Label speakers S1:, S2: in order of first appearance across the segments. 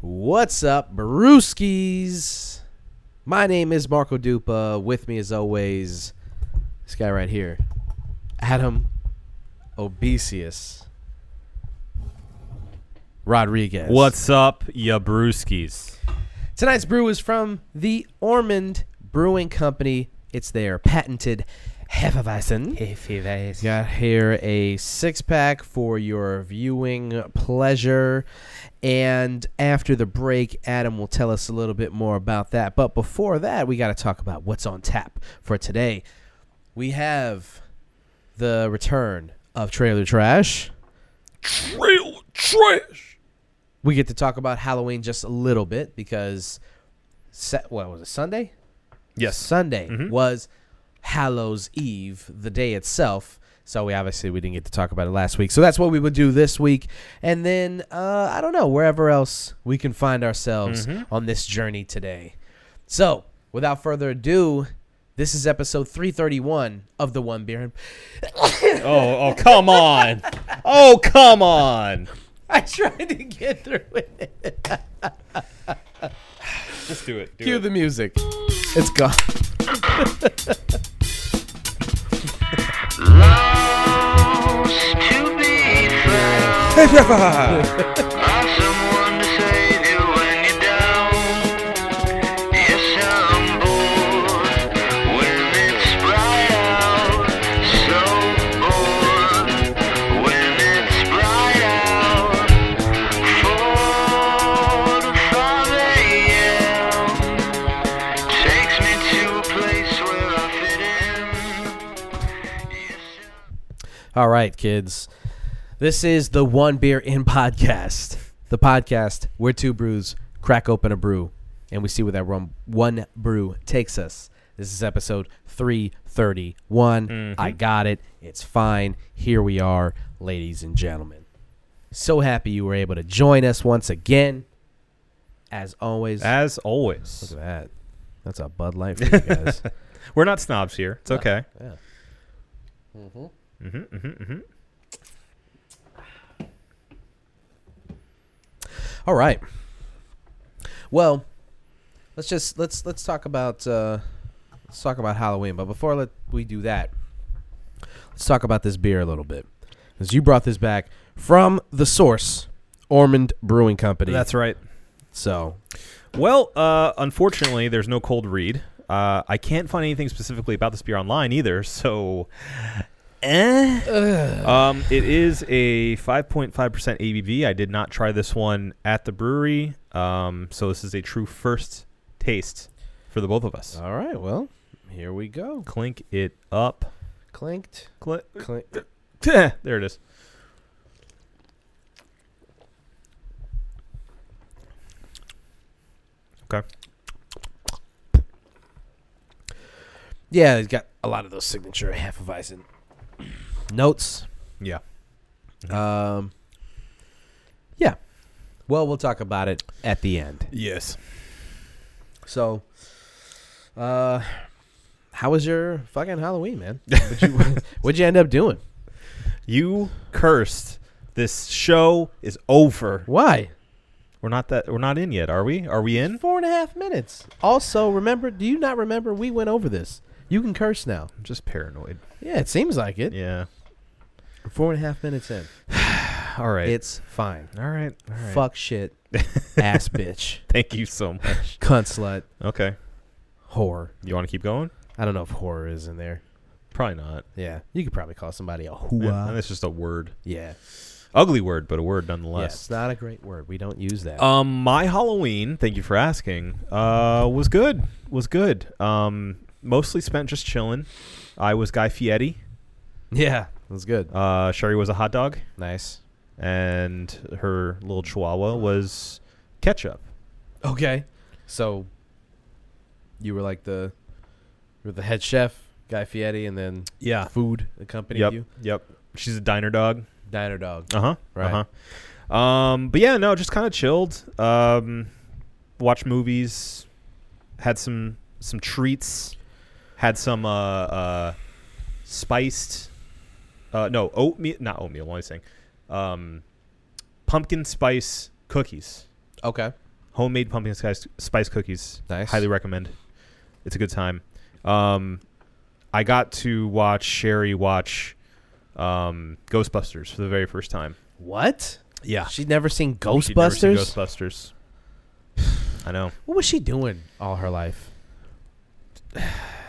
S1: What's up, Brewskis? My name is Marco Dupa. With me, as always, this guy right here, Adam Obesius Rodriguez.
S2: What's up, ya brewskis?
S1: Tonight's brew is from the Ormond Brewing Company. It's their patented Hefeweizen. Got here a six pack for your viewing pleasure. And after the break, Adam will tell us a little bit more about that. But before that, we got to talk about what's on tap for today. We have the return of Trailer Trash.
S2: Real trash.
S1: We get to talk about Halloween just a little bit because, se- what was it, Sunday?
S2: Yes.
S1: Sunday
S2: Mhm.
S1: was Hallows Eve, the day itself. So we obviously we didn't get to talk about it last week. So that's what we would do this week, and then uh, I don't know wherever else we can find ourselves on this journey today. So without further ado, this is episode 331 of the One Beer. and-
S2: Oh, oh, come on. Oh, come on.
S1: I tried to get through it.
S2: Just do it. Do
S1: Cue
S2: it.
S1: the music. It's gone.
S3: Lost to be found by someone to save you when you're down. Yes, I'm bored when it's bright out. So bored when it's bright out. Four to five a.m. takes me to a place where I fit in. Yes, I'm
S1: All right, kids. This is the One Beer In podcast. The podcast where two brews crack open a brew and we see where that one, one brew takes us. This is episode 331. I got it. It's fine. Here we are, ladies and gentlemen. So happy you were able to join us once again. As always,
S2: As
S1: look
S2: always,
S1: at that. That's a Bud Light for you guys.
S2: we're not snobs here. It's okay.
S1: yeah. All right. Well, let's just let's let's talk about uh, let's talk about Halloween. But before let we do that, let's talk about this beer a little bit, because you brought this back from the source, Ormond Brewing Company.
S2: That's right.
S1: so.
S2: Well, uh, unfortunately, there's no cold read. Uh, I can't find anything specifically about this beer online either, so. Eh. Um, it is a 5.5% ABV. I did not try this one at the brewery, um, so this is a true first taste for the both of us.
S1: All right. Well, here we go.
S2: Clink it up.
S1: Clinked.
S2: Clink.
S1: Clink.
S2: there it is. Okay.
S1: Yeah, it's got a lot of those signature Hefeweizen notes.
S2: Yeah.
S1: Um, yeah. Well, we'll talk about it at the end.
S2: Yes.
S1: So, uh, how was your fucking Halloween, man? What'd you, what'd you end up doing?
S2: You cursed. This show is over.
S1: Why?
S2: We're not that. We're not in yet, are we? Are we in?
S1: Four and a half minutes. Also, remember, do you not remember we went over this? You can curse now.
S2: I'm just paranoid.
S1: Yeah, it seems like it.
S2: Yeah.
S1: Four and a half minutes in.
S2: All right.
S1: It's fine.
S2: all right. All right.
S1: Fuck shit. ass bitch.
S2: Thank you so much.
S1: Cunt slut.
S2: okay.
S1: Whore.
S2: You want to keep going?
S1: I don't know if horror is in there.
S2: Probably not.
S1: Yeah. You could probably call somebody a
S2: Yeah,
S1: hua.
S2: That's just a word.
S1: Yeah.
S2: Ugly word, but a word
S1: Yeah,
S2: nonetheless.
S1: it's not a great word. We don't use that.
S2: Um, my Halloween, thank you for asking, uh, was good. Was good. Um, mostly spent just chilling. I was Guy Fieri.
S1: yeah. That's good. Oh,
S2: Uh, Sherry was a hot dog,
S1: Nice.
S2: and her little chihuahua was ketchup.
S1: Okay. So you were like the you were the head chef, Guy Fieri, and then
S2: Yeah.
S1: food accompanied
S2: Yep.
S1: you.
S2: Yep. She's a diner dog.
S1: Diner dog.
S2: Uh huh.
S1: Right.
S2: Uh-huh. Um, but yeah, no, just kind of chilled. Um, watched movies, had some some treats, had some uh, uh spiced, uh no oatmeal, not oatmeal. What am I saying? Um, pumpkin spice cookies.
S1: Okay.
S2: homemade pumpkin spice, spice cookies.
S1: Nice.
S2: Highly recommend. It's a good time. Um, I got to watch Sherry watch um, Ghostbusters for the very first time.
S1: What?
S2: Yeah.
S1: She'd never seen
S2: She'd never
S1: Ghostbusters.
S2: seen Ghostbusters. I know.
S1: What was she doing all her life?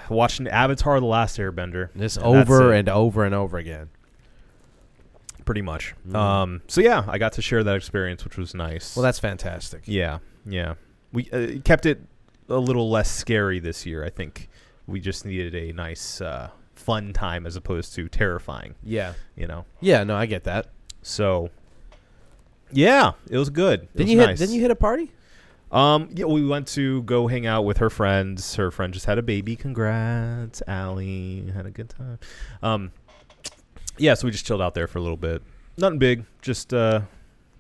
S2: Watching Avatar: The Last Airbender.
S1: This
S2: And that's
S1: over
S2: it.
S1: and over and over again.
S2: pretty much.
S1: Mm.
S2: Um, so yeah, I got to share that experience, which was nice.
S1: Well, that's fantastic.
S2: yeah, yeah. We uh, kept it a little less scary this year. I think we just needed a nice, uh, fun time as opposed to terrifying.
S1: Yeah.
S2: You know.
S1: Yeah. No, I get that.
S2: So. Yeah, it was good. It
S1: Didn't
S2: was
S1: you
S2: nice.
S1: hit? Didn't you hit a party?
S2: Um, yeah, we went to go hang out with her friends. Her friend just had a baby. Congrats, Allie. Had a good time. Um, yeah, so we just chilled out there for a little bit. Nothing big. Just uh,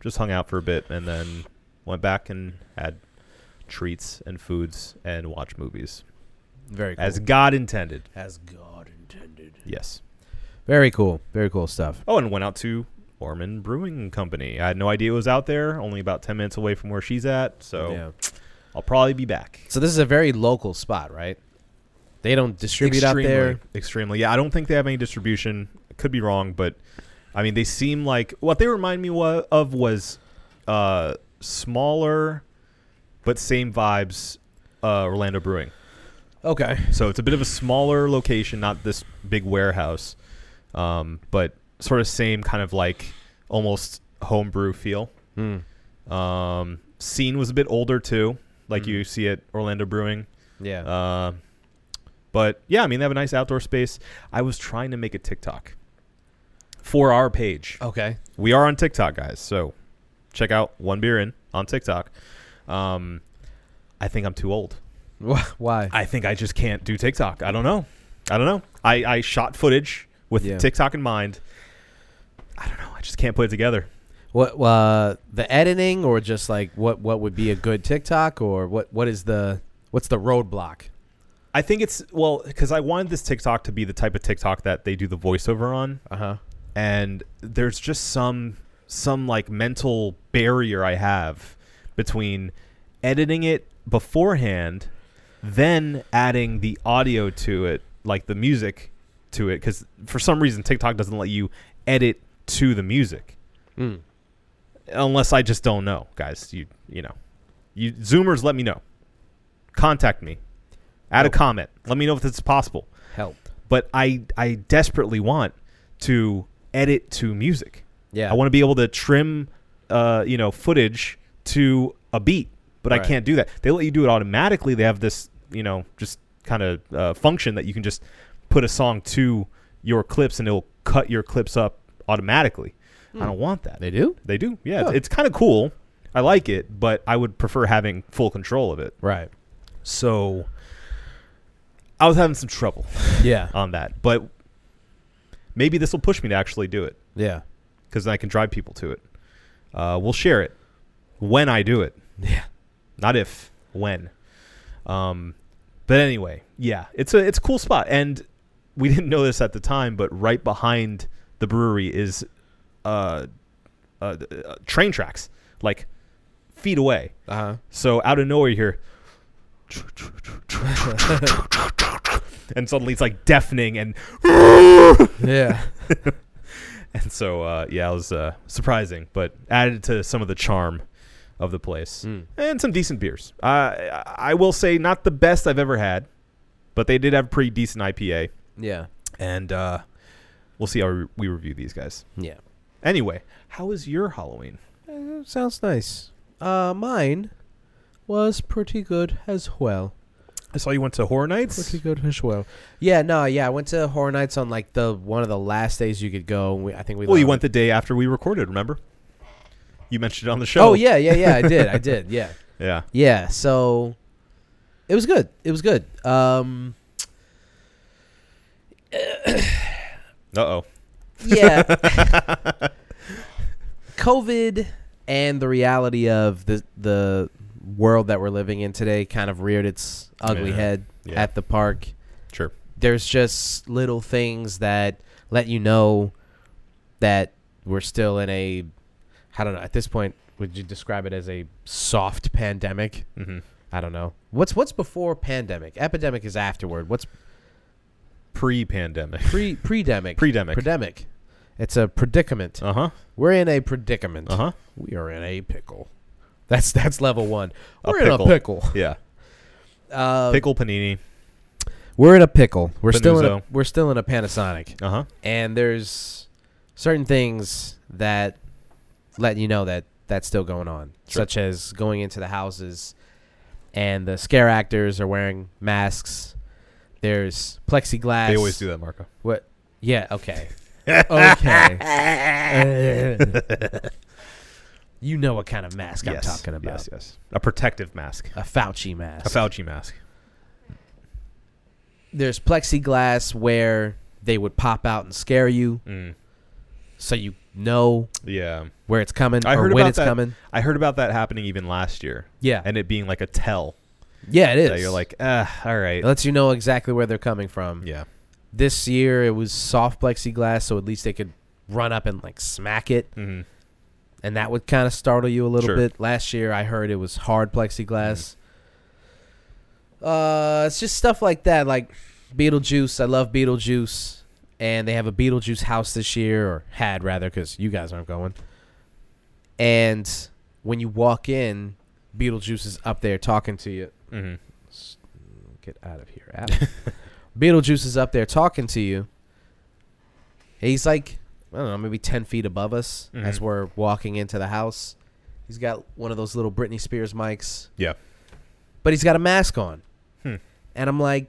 S2: just hung out for a bit and then went back and had treats and foods and watched movies
S1: Very cool.
S2: as God intended.
S1: As God intended.
S2: Yes.
S1: Very cool. Very cool stuff.
S2: Oh, and went out to Orman Brewing Company. I had no idea it was out there. Only about ten minutes away from where she's at. So
S1: Yeah.
S2: I'll probably be back.
S1: So this is a very local spot, right? They don't distribute out there.
S2: Extremely. Yeah, I don't think they have any distribution. Could be wrong, but I mean, they seem like what they remind me wa- of was uh, smaller, but same vibes. Uh, Orlando Brewing.
S1: Okay.
S2: So it's a bit of a smaller location, not this big warehouse, um, but sort of same kind of like almost homebrew feel.
S1: Hmm.
S2: Um, scene was a bit older too, like
S1: Mm.
S2: you see at Orlando Brewing.
S1: Yeah.
S2: Uh, but yeah, I mean, they have a nice outdoor space. I was trying to make a TikTok for our page.
S1: okay.
S2: We are on TikTok, guys. So check out One Beer In on TikTok. Um, I think I'm too old.
S1: Wh- Why?
S2: I think I just can't do TikTok. I don't know. I don't know. I, I shot footage with
S1: Yeah.
S2: TikTok in mind. I don't know. I just can't put it together.
S1: What? Uh, the editing, or just like what? What would be a good TikTok, or what? What is the? What's the roadblock?
S2: I think it's, well, because I wanted this TikTok to be the type of TikTok that they do the voiceover on.
S1: Uh huh.
S2: and there's just some some like mental barrier I have between editing it beforehand, then adding the audio to it, like the music to it, because for some reason TikTok doesn't let you edit to the music
S1: Mm.
S2: unless I just don't know, guys. You you know, you Zoomers, let me know. Contact me, add a
S1: Oh.
S2: comment. Let me know if it's possible
S1: Help.
S2: but I I desperately want to edit to music.
S1: Yeah.
S2: I want to be able to trim, uh, you know, footage to a beat, but I
S1: Right.
S2: can't do that. They let you do it automatically. They have this, you know, just kind of uh, function that you can just put a song to your clips and it'll cut your clips up automatically. I don't want that.
S1: Hmm. They do.
S2: They do, yeah.
S1: Huh.
S2: It's, it's kind of cool. I like it, but I would prefer having full control of it.
S1: Right.
S2: So I was having some trouble
S1: Yeah.
S2: on that. But maybe this will push me to actually do it
S1: yeah.
S2: because I can drive people to it. Uh, we'll share it when I do it,
S1: Yeah.
S2: not if when. Um, but anyway, yeah, it's a it's a cool spot, and we didn't know this at the time, but right behind the brewery is uh, uh, uh, train tracks, like feet away.
S1: Uh huh.
S2: So out of nowhere, you hear, and suddenly it's like deafening, and
S1: Yeah.
S2: and so uh, yeah, it was uh, surprising, but added to some of the charm of the place,
S1: Mm.
S2: and some decent beers. Uh, I- I will say not the best I've ever had, but they did have pretty decent IPA,
S1: Yeah.
S2: and uh, we'll see how we- we review these guys.
S1: Yeah.
S2: Anyway, how was your Halloween?
S1: Uh, sounds nice. Uh, mine was pretty good as well.
S2: I saw you went to Horror Nights.
S1: Pretty good as well. Yeah, no, yeah. I went to Horror Nights on like the one of the last days you could go. and We, I think we.
S2: Well, you
S1: left-
S2: went the day after we recorded. Remember? You mentioned it on the show.
S1: Oh yeah, yeah, yeah. I did. I did. Yeah.
S2: Yeah.
S1: Yeah. So it was good. It was good. Um.
S2: Uh oh.
S1: Yeah. COVID and the reality of the the world that we're living in today kind of reared its ugly
S2: Yeah.
S1: head
S2: Yeah.
S1: at the park.
S2: Sure.
S1: there's just little things that let you know that we're still in a I don't know. At this point, would you describe it as a soft pandemic?
S2: Mm-hmm.
S1: I don't know. What's what's before pandemic? Epidemic is afterward. What's
S2: Pre-pandemic.
S1: pre predemic? Uh-huh.
S2: Pre-demic.
S1: Predemic. It's a predicament.
S2: uh huh.
S1: We're in a predicament.
S2: Uh huh.
S1: We are in a pickle. That's that's level one.
S2: A
S1: We're in a
S2: pickle.
S1: pickle.
S2: Yeah.
S1: Uh,
S2: Pickle panini.
S1: We're in a pickle. We're still in a,
S2: Panuzzo.
S1: we're still in a Panasonic,
S2: Uh huh.
S1: and there's certain things that let you know that that's still going on,
S2: Sure.
S1: such as going into the houses, and the scare actors are wearing masks. There's plexiglass.
S2: They always do that, Marco.
S1: What? Yeah. Okay. okay. you know what kind of mask
S2: Yes,
S1: I'm talking about?
S2: Yes, yes. A protective mask.
S1: A Fauci mask.
S2: A Fauci mask.
S1: there's plexiglass where they would pop out and scare you,
S2: Mm.
S1: so you know
S2: Yeah.
S1: where it's coming
S2: I
S1: or
S2: heard
S1: when
S2: about
S1: it's
S2: that.
S1: coming.
S2: I heard about that happening even last year,
S1: Yeah,
S2: and it being like a tell
S1: yeah, it is.
S2: that you're like, ah, all right.
S1: it lets you know exactly where they're coming from.
S2: Yeah.
S1: This year it was soft plexiglass, so at least they could run up and like smack it,
S2: Mm-hmm.
S1: and that would kind of startle you a little
S2: Sure.
S1: bit. Last year I heard it was hard plexiglass.
S2: Mm-hmm.
S1: Uh, it's just stuff like that, like Beetlejuice. I love Beetlejuice, and they have a Beetlejuice house this year, or had rather, because you guys aren't going. And when you walk in, Beetlejuice is up there talking to you.
S2: Mm-hmm.
S1: S- Get out of here, app. Beetlejuice is up there talking to you. He's like, I don't know, maybe 10 feet above us as
S2: Mhm.
S1: we're walking into the house. He's got one of those little Britney Spears mics,
S2: Yeah.
S1: but he's got a mask on.
S2: Hmm.
S1: And I'm like,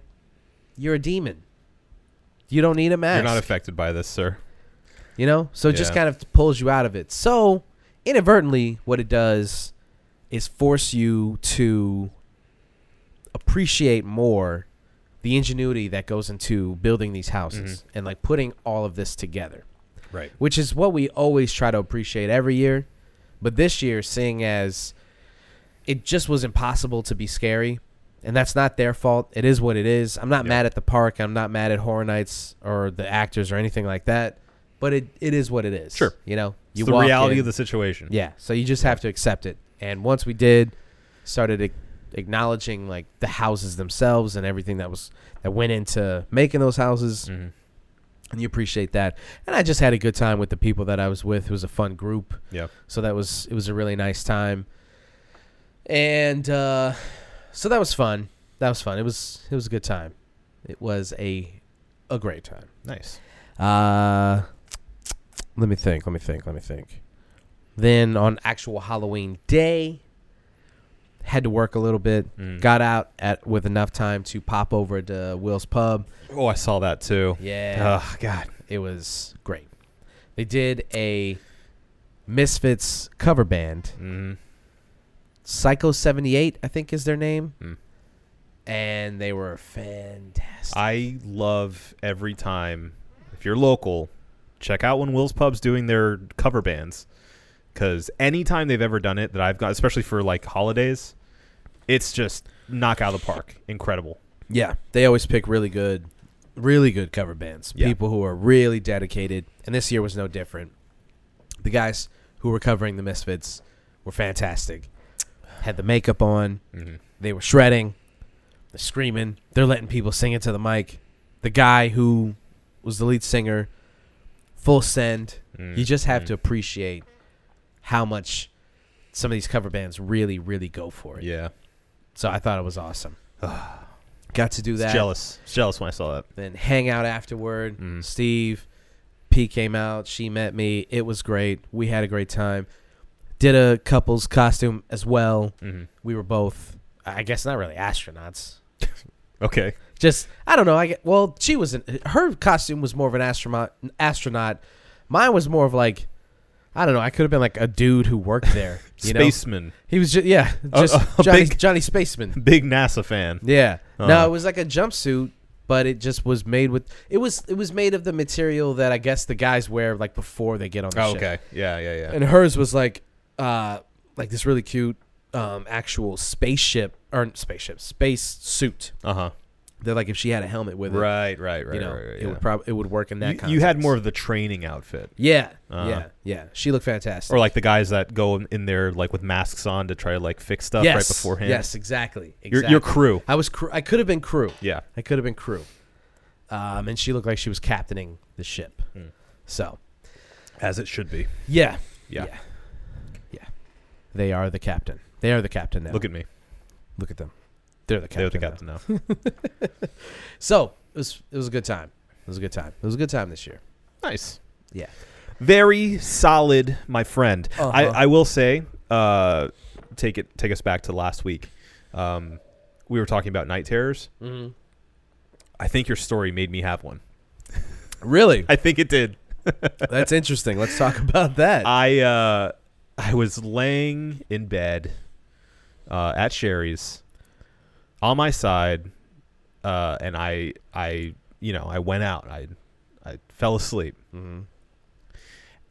S1: you're a demon. You don't need a mask.
S2: You're not affected by this, sir.
S1: You know? So it just
S2: Yeah.
S1: kind of pulls you out of it. So inadvertently, what it does is force you to appreciate more the ingenuity that goes into building these houses and like putting all of this together,
S2: Right.
S1: which is what we always try to appreciate every year. But this year, seeing as it just was impossible to be scary, and that's not their fault. It is what it is. I'm not
S2: Yeah.
S1: mad at the park. I'm not mad at Horror Nights or the actors or anything like that. But it, it is what it is.
S2: Sure.
S1: You know,
S2: It's the reality
S1: in-
S2: of the situation.
S1: yeah. So you just have to accept it. And once we did, started ac- acknowledging like the houses themselves and everything that was that went into making those houses,
S2: Mm-hmm.
S1: and you appreciate that. And I just had a good time with the people that I was with. It was a fun group.
S2: Yeah.
S1: So that was it was a really nice time. And uh, so that was fun. That was fun. It was it was a good time. It was a a great time.
S2: Nice.
S1: Uh, let me think. Let me think. Let me think. Then on actual Halloween day, had to work a little bit.
S2: Mm.
S1: Got out at with enough time to pop over to Will's Pub.
S2: Oh, I saw that too.
S1: Yeah,
S2: Oh God.
S1: it was great. They did a Misfits cover band,
S2: Mm-hmm.
S1: Psycho '78, I think is their name,
S2: Mm.
S1: and they were fantastic.
S2: I love every time. If you're local, check out when Will's Pub's doing their cover bands, because anytime they've ever done it that I've got, especially for like holidays, it's just knock out of the park. Incredible.
S1: Yeah, they always pick really good, really good cover bands.
S2: Yeah.
S1: People who are really dedicated, and this year was no different. The guys who were covering the Misfits were fantastic. Had the makeup on,
S2: Mm-hmm.
S1: they were shredding, they're screaming, they're letting people sing into the mic. The guy who was the lead singer, full send. You just
S2: Mm-hmm.
S1: have to appreciate how much some of these cover bands really, really go for it.
S2: Yeah.
S1: So I thought it was awesome. Got to do
S2: It's
S1: that
S2: jealous. It's jealous when I saw that.
S1: then hang out afterward.
S2: Mm.
S1: Steve, P came out. She met me. It was great. We had a great time. Did a couple's costume as well.
S2: Mm-hmm.
S1: We were both, I guess, not really astronauts.
S2: Okay.
S1: Just I don't know. I get, well, she was an, her costume was more of an astronaut. Astronaut. Mine was more of like, I don't know. I could have been like a dude who worked there. You know,
S2: Spaceman,
S1: he was just yeah,
S2: A-
S1: just
S2: a
S1: Johnny
S2: big-
S1: Johnny Spaceman.
S2: big NASA fan.
S1: Yeah.
S2: Uh.
S1: No, it was like a jumpsuit, but it just was made with it was it was made of the material that I guess the guys wear like before they get on
S2: Oh,
S1: the ship.
S2: Yeah. Yeah. Yeah.
S1: Oh, And hers was like uh like this really cute um actual spaceship or spaceship space suit
S2: Uh huh.
S1: They're like if she had a helmet with it,
S2: Right, right, right,
S1: you know,
S2: right, right,
S1: it
S2: yeah.
S1: would probably it would work in that.
S2: you, you had
S1: context.
S2: more of the training outfit,
S1: Yeah,
S2: Uh-huh.
S1: yeah, yeah. She looked fantastic.
S2: or like the guys that go in- in there like with masks on to try to like fix stuff
S1: yes,
S2: right beforehand.
S1: Yes, exactly.
S2: your,
S1: exactly.
S2: your crew.
S1: I was. Cr- I could have been crew.
S2: Yeah,
S1: I could have been crew. Um, and she looked like she was captaining the ship.
S2: Mm.
S1: So
S2: as it should be.
S1: yeah,
S2: Yeah.
S1: yeah, yeah. They are the captain. They are the captain now.
S2: Look at me.
S1: look at them. They're the captain.
S2: They're the
S1: now.
S2: captain now.
S1: So it was it was a good time. It was a good time. It was a good time this year.
S2: nice.
S1: Yeah.
S2: Very solid, my friend. I,
S1: Uh-huh.
S2: I will say, uh, take it take us back to last week. Um, we were talking about night terrors.
S1: Mm-hmm.
S2: I think your story made me have one.
S1: Really,
S2: I think it did.
S1: that's interesting. Let's talk about that.
S2: I uh, I was laying in bed uh, at Sherry's on my side, uh, and I I you know I went out. I I fell asleep,
S1: Mhm.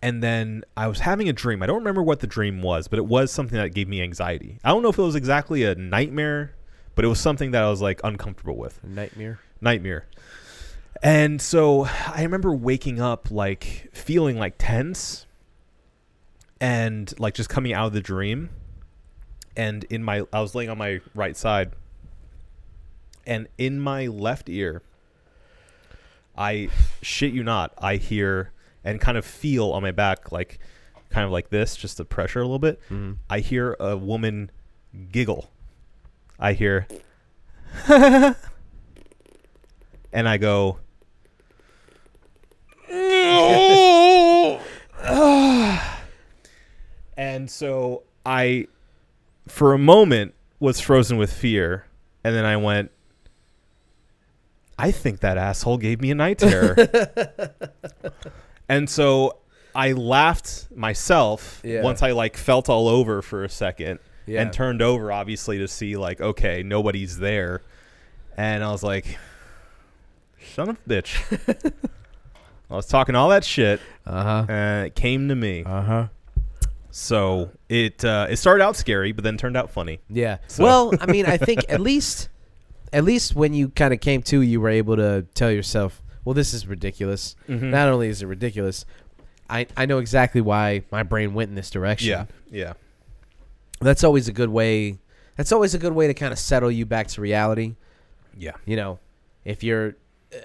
S2: and then I was having a dream. I don't remember what the dream was, but it was something that gave me anxiety. I don't know if it was exactly a nightmare, but it was something that I was like uncomfortable with.
S1: Nightmare.
S2: nightmare. And so I remember waking up like feeling like tense and like just coming out of the dream. And in my, I was laying on my right side, and in my left ear, I shit you not, I hear and kind of feel on my back, like kind of like this, just the pressure a little bit.
S1: Mhm.
S2: I hear a woman giggle. I hear, and I go, and so I, for a moment, was frozen with fear, and then I went. I think that asshole gave me a night terror. and so I laughed myself
S1: Yeah.
S2: once I like felt all over for a second
S1: Yeah.
S2: and turned over obviously to see like okay, nobody's there. And I was like son of a bitch. I was talking all that shit
S1: Uh huh.
S2: and it came to me.
S1: Uh huh.
S2: So it uh, it started out scary but then turned out funny.
S1: Yeah.
S2: So-
S1: Well, I mean, I think at least, at least when you kind of came to, you were able to tell yourself, "Well, this is ridiculous."
S2: Mhm.
S1: Not only is it ridiculous, I I know exactly why my brain went in this direction.
S2: Yeah. Yeah.
S1: That's always a good way. That's always a good way to kind of settle you back to reality.
S2: Yeah.
S1: You know, if you're, uh,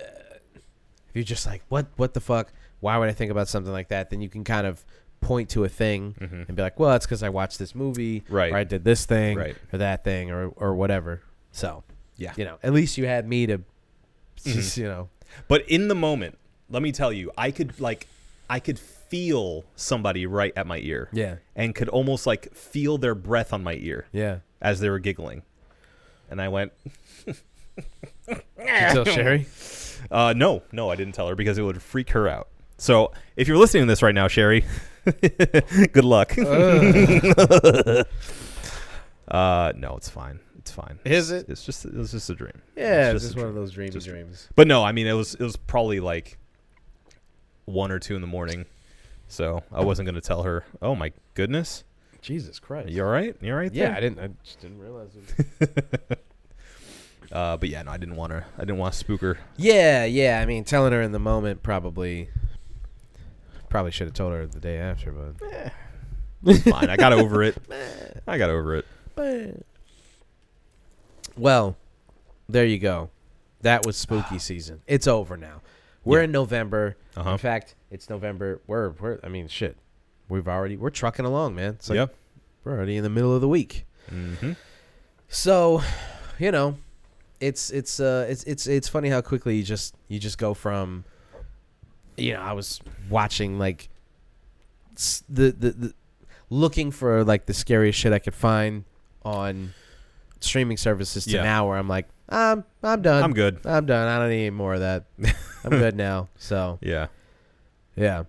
S1: if you're just like, "What? What the fuck? Why would I think about something like that?" Then you can kind of point to a thing
S2: Mhm.
S1: and be like, "Well, it's because I watched this movie,
S2: Right.
S1: Or I did this thing,
S2: Right.
S1: Or that thing, or or whatever." So
S2: Yeah.
S1: you know, at least you had me to, just, you know,
S2: But in the moment, let me tell you, I could like I could feel somebody right at my ear.
S1: Yeah.
S2: And could almost like feel their breath on my ear
S1: yeah.
S2: as they were giggling. And I went,
S1: Did you tell Sherry?
S2: uh, no, no, I didn't tell her because it would freak her out. So if you're listening to this right now, Sherry, good luck. uh, no, it's fine. It's fine.
S1: Is it?
S2: It's just it was just a dream.
S1: Yeah,
S2: It's
S1: it's just
S2: a
S1: one of
S2: dream.
S1: those dreamy
S2: Just-
S1: dreams.
S2: But no, I mean it was it was probably like one or two in the morning, so I wasn't gonna tell her. Oh my goodness,
S1: Jesus Christ.
S2: you all right? You all right?
S1: yeah, I
S2: there?"
S1: didn't. I just didn't realize it.
S2: Uh, but yeah, no, I didn't want to. I didn't want to spook her.
S1: yeah, yeah. I mean, telling her in the moment probably, probably should have told her the day after, but
S2: Eh, Fine, I got over it. I got over it.
S1: well, there you go. That was spooky season. It's over now. We're
S2: Ah. Yeah.
S1: in November.
S2: Uh-huh.
S1: In fact, it's November. We're we're. I mean, shit. We've already we're trucking along, man. It's like
S2: yep.
S1: we're already in the middle of the week.
S2: Mm-hmm.
S1: So, you know, it's it's uh it's it's it's funny how quickly you just you just go from you know, I was watching like s- the the, the looking for like the scariest shit I could find on streaming services to
S2: Yeah.
S1: now where I'm like, I'm I'm done.
S2: I'm good.
S1: I'm done. I don't need any more of that. I'm good now. So,
S2: Yeah.
S1: yeah.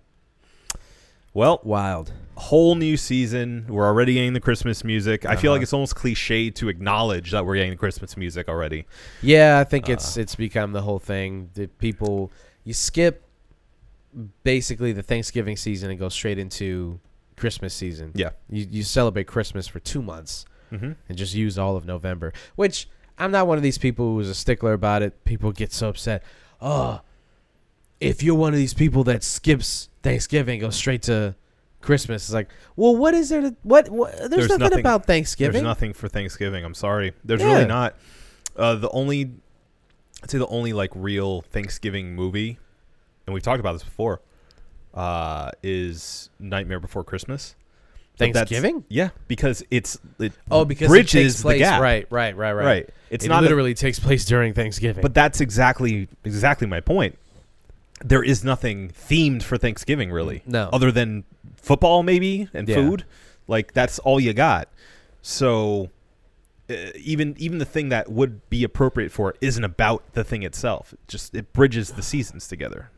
S2: Well,
S1: Wild.
S2: whole new season. We're already getting the Christmas music. I feel
S1: Uh-huh.
S2: like it's almost cliche to acknowledge that we're getting the Christmas music already.
S1: Yeah, I think
S2: Uh.
S1: it's it's become the whole thing. that people you skip basically the Thanksgiving season and go straight into Christmas season.
S2: Yeah.
S1: You you celebrate Christmas for 2 months
S2: Mm-hmm.
S1: and just use all of November, which I'm not one of these people who's a stickler about it. People get so upset. Oh, if you're one of these people that skips Thanksgiving, goes straight to Christmas. It's like, well, what is there? To, what, what? There's,
S2: There's
S1: nothing,
S2: nothing-
S1: about Thanksgiving.
S2: There's nothing for Thanksgiving. I'm sorry. There's
S1: Yeah.
S2: really not. Uh, the only, I'd say the only like real Thanksgiving movie, and we've talked about this before, uh, is Nightmare Before Christmas. But that's-
S1: Thanksgiving?
S2: yeah, because it's it
S1: Oh, because
S2: bridges
S1: it takes place.
S2: the gap.
S1: Right, right, right, right.
S2: right. It's
S1: it
S2: not a-
S1: literally takes place during Thanksgiving.
S2: But that's exactly exactly my point. There is nothing themed for Thanksgiving really.
S1: No.
S2: Other than football maybe and
S1: Yeah.
S2: food. Like that's all you got. So uh, even even the thing that would be appropriate for it isn't about the thing itself. It just it bridges the seasons together.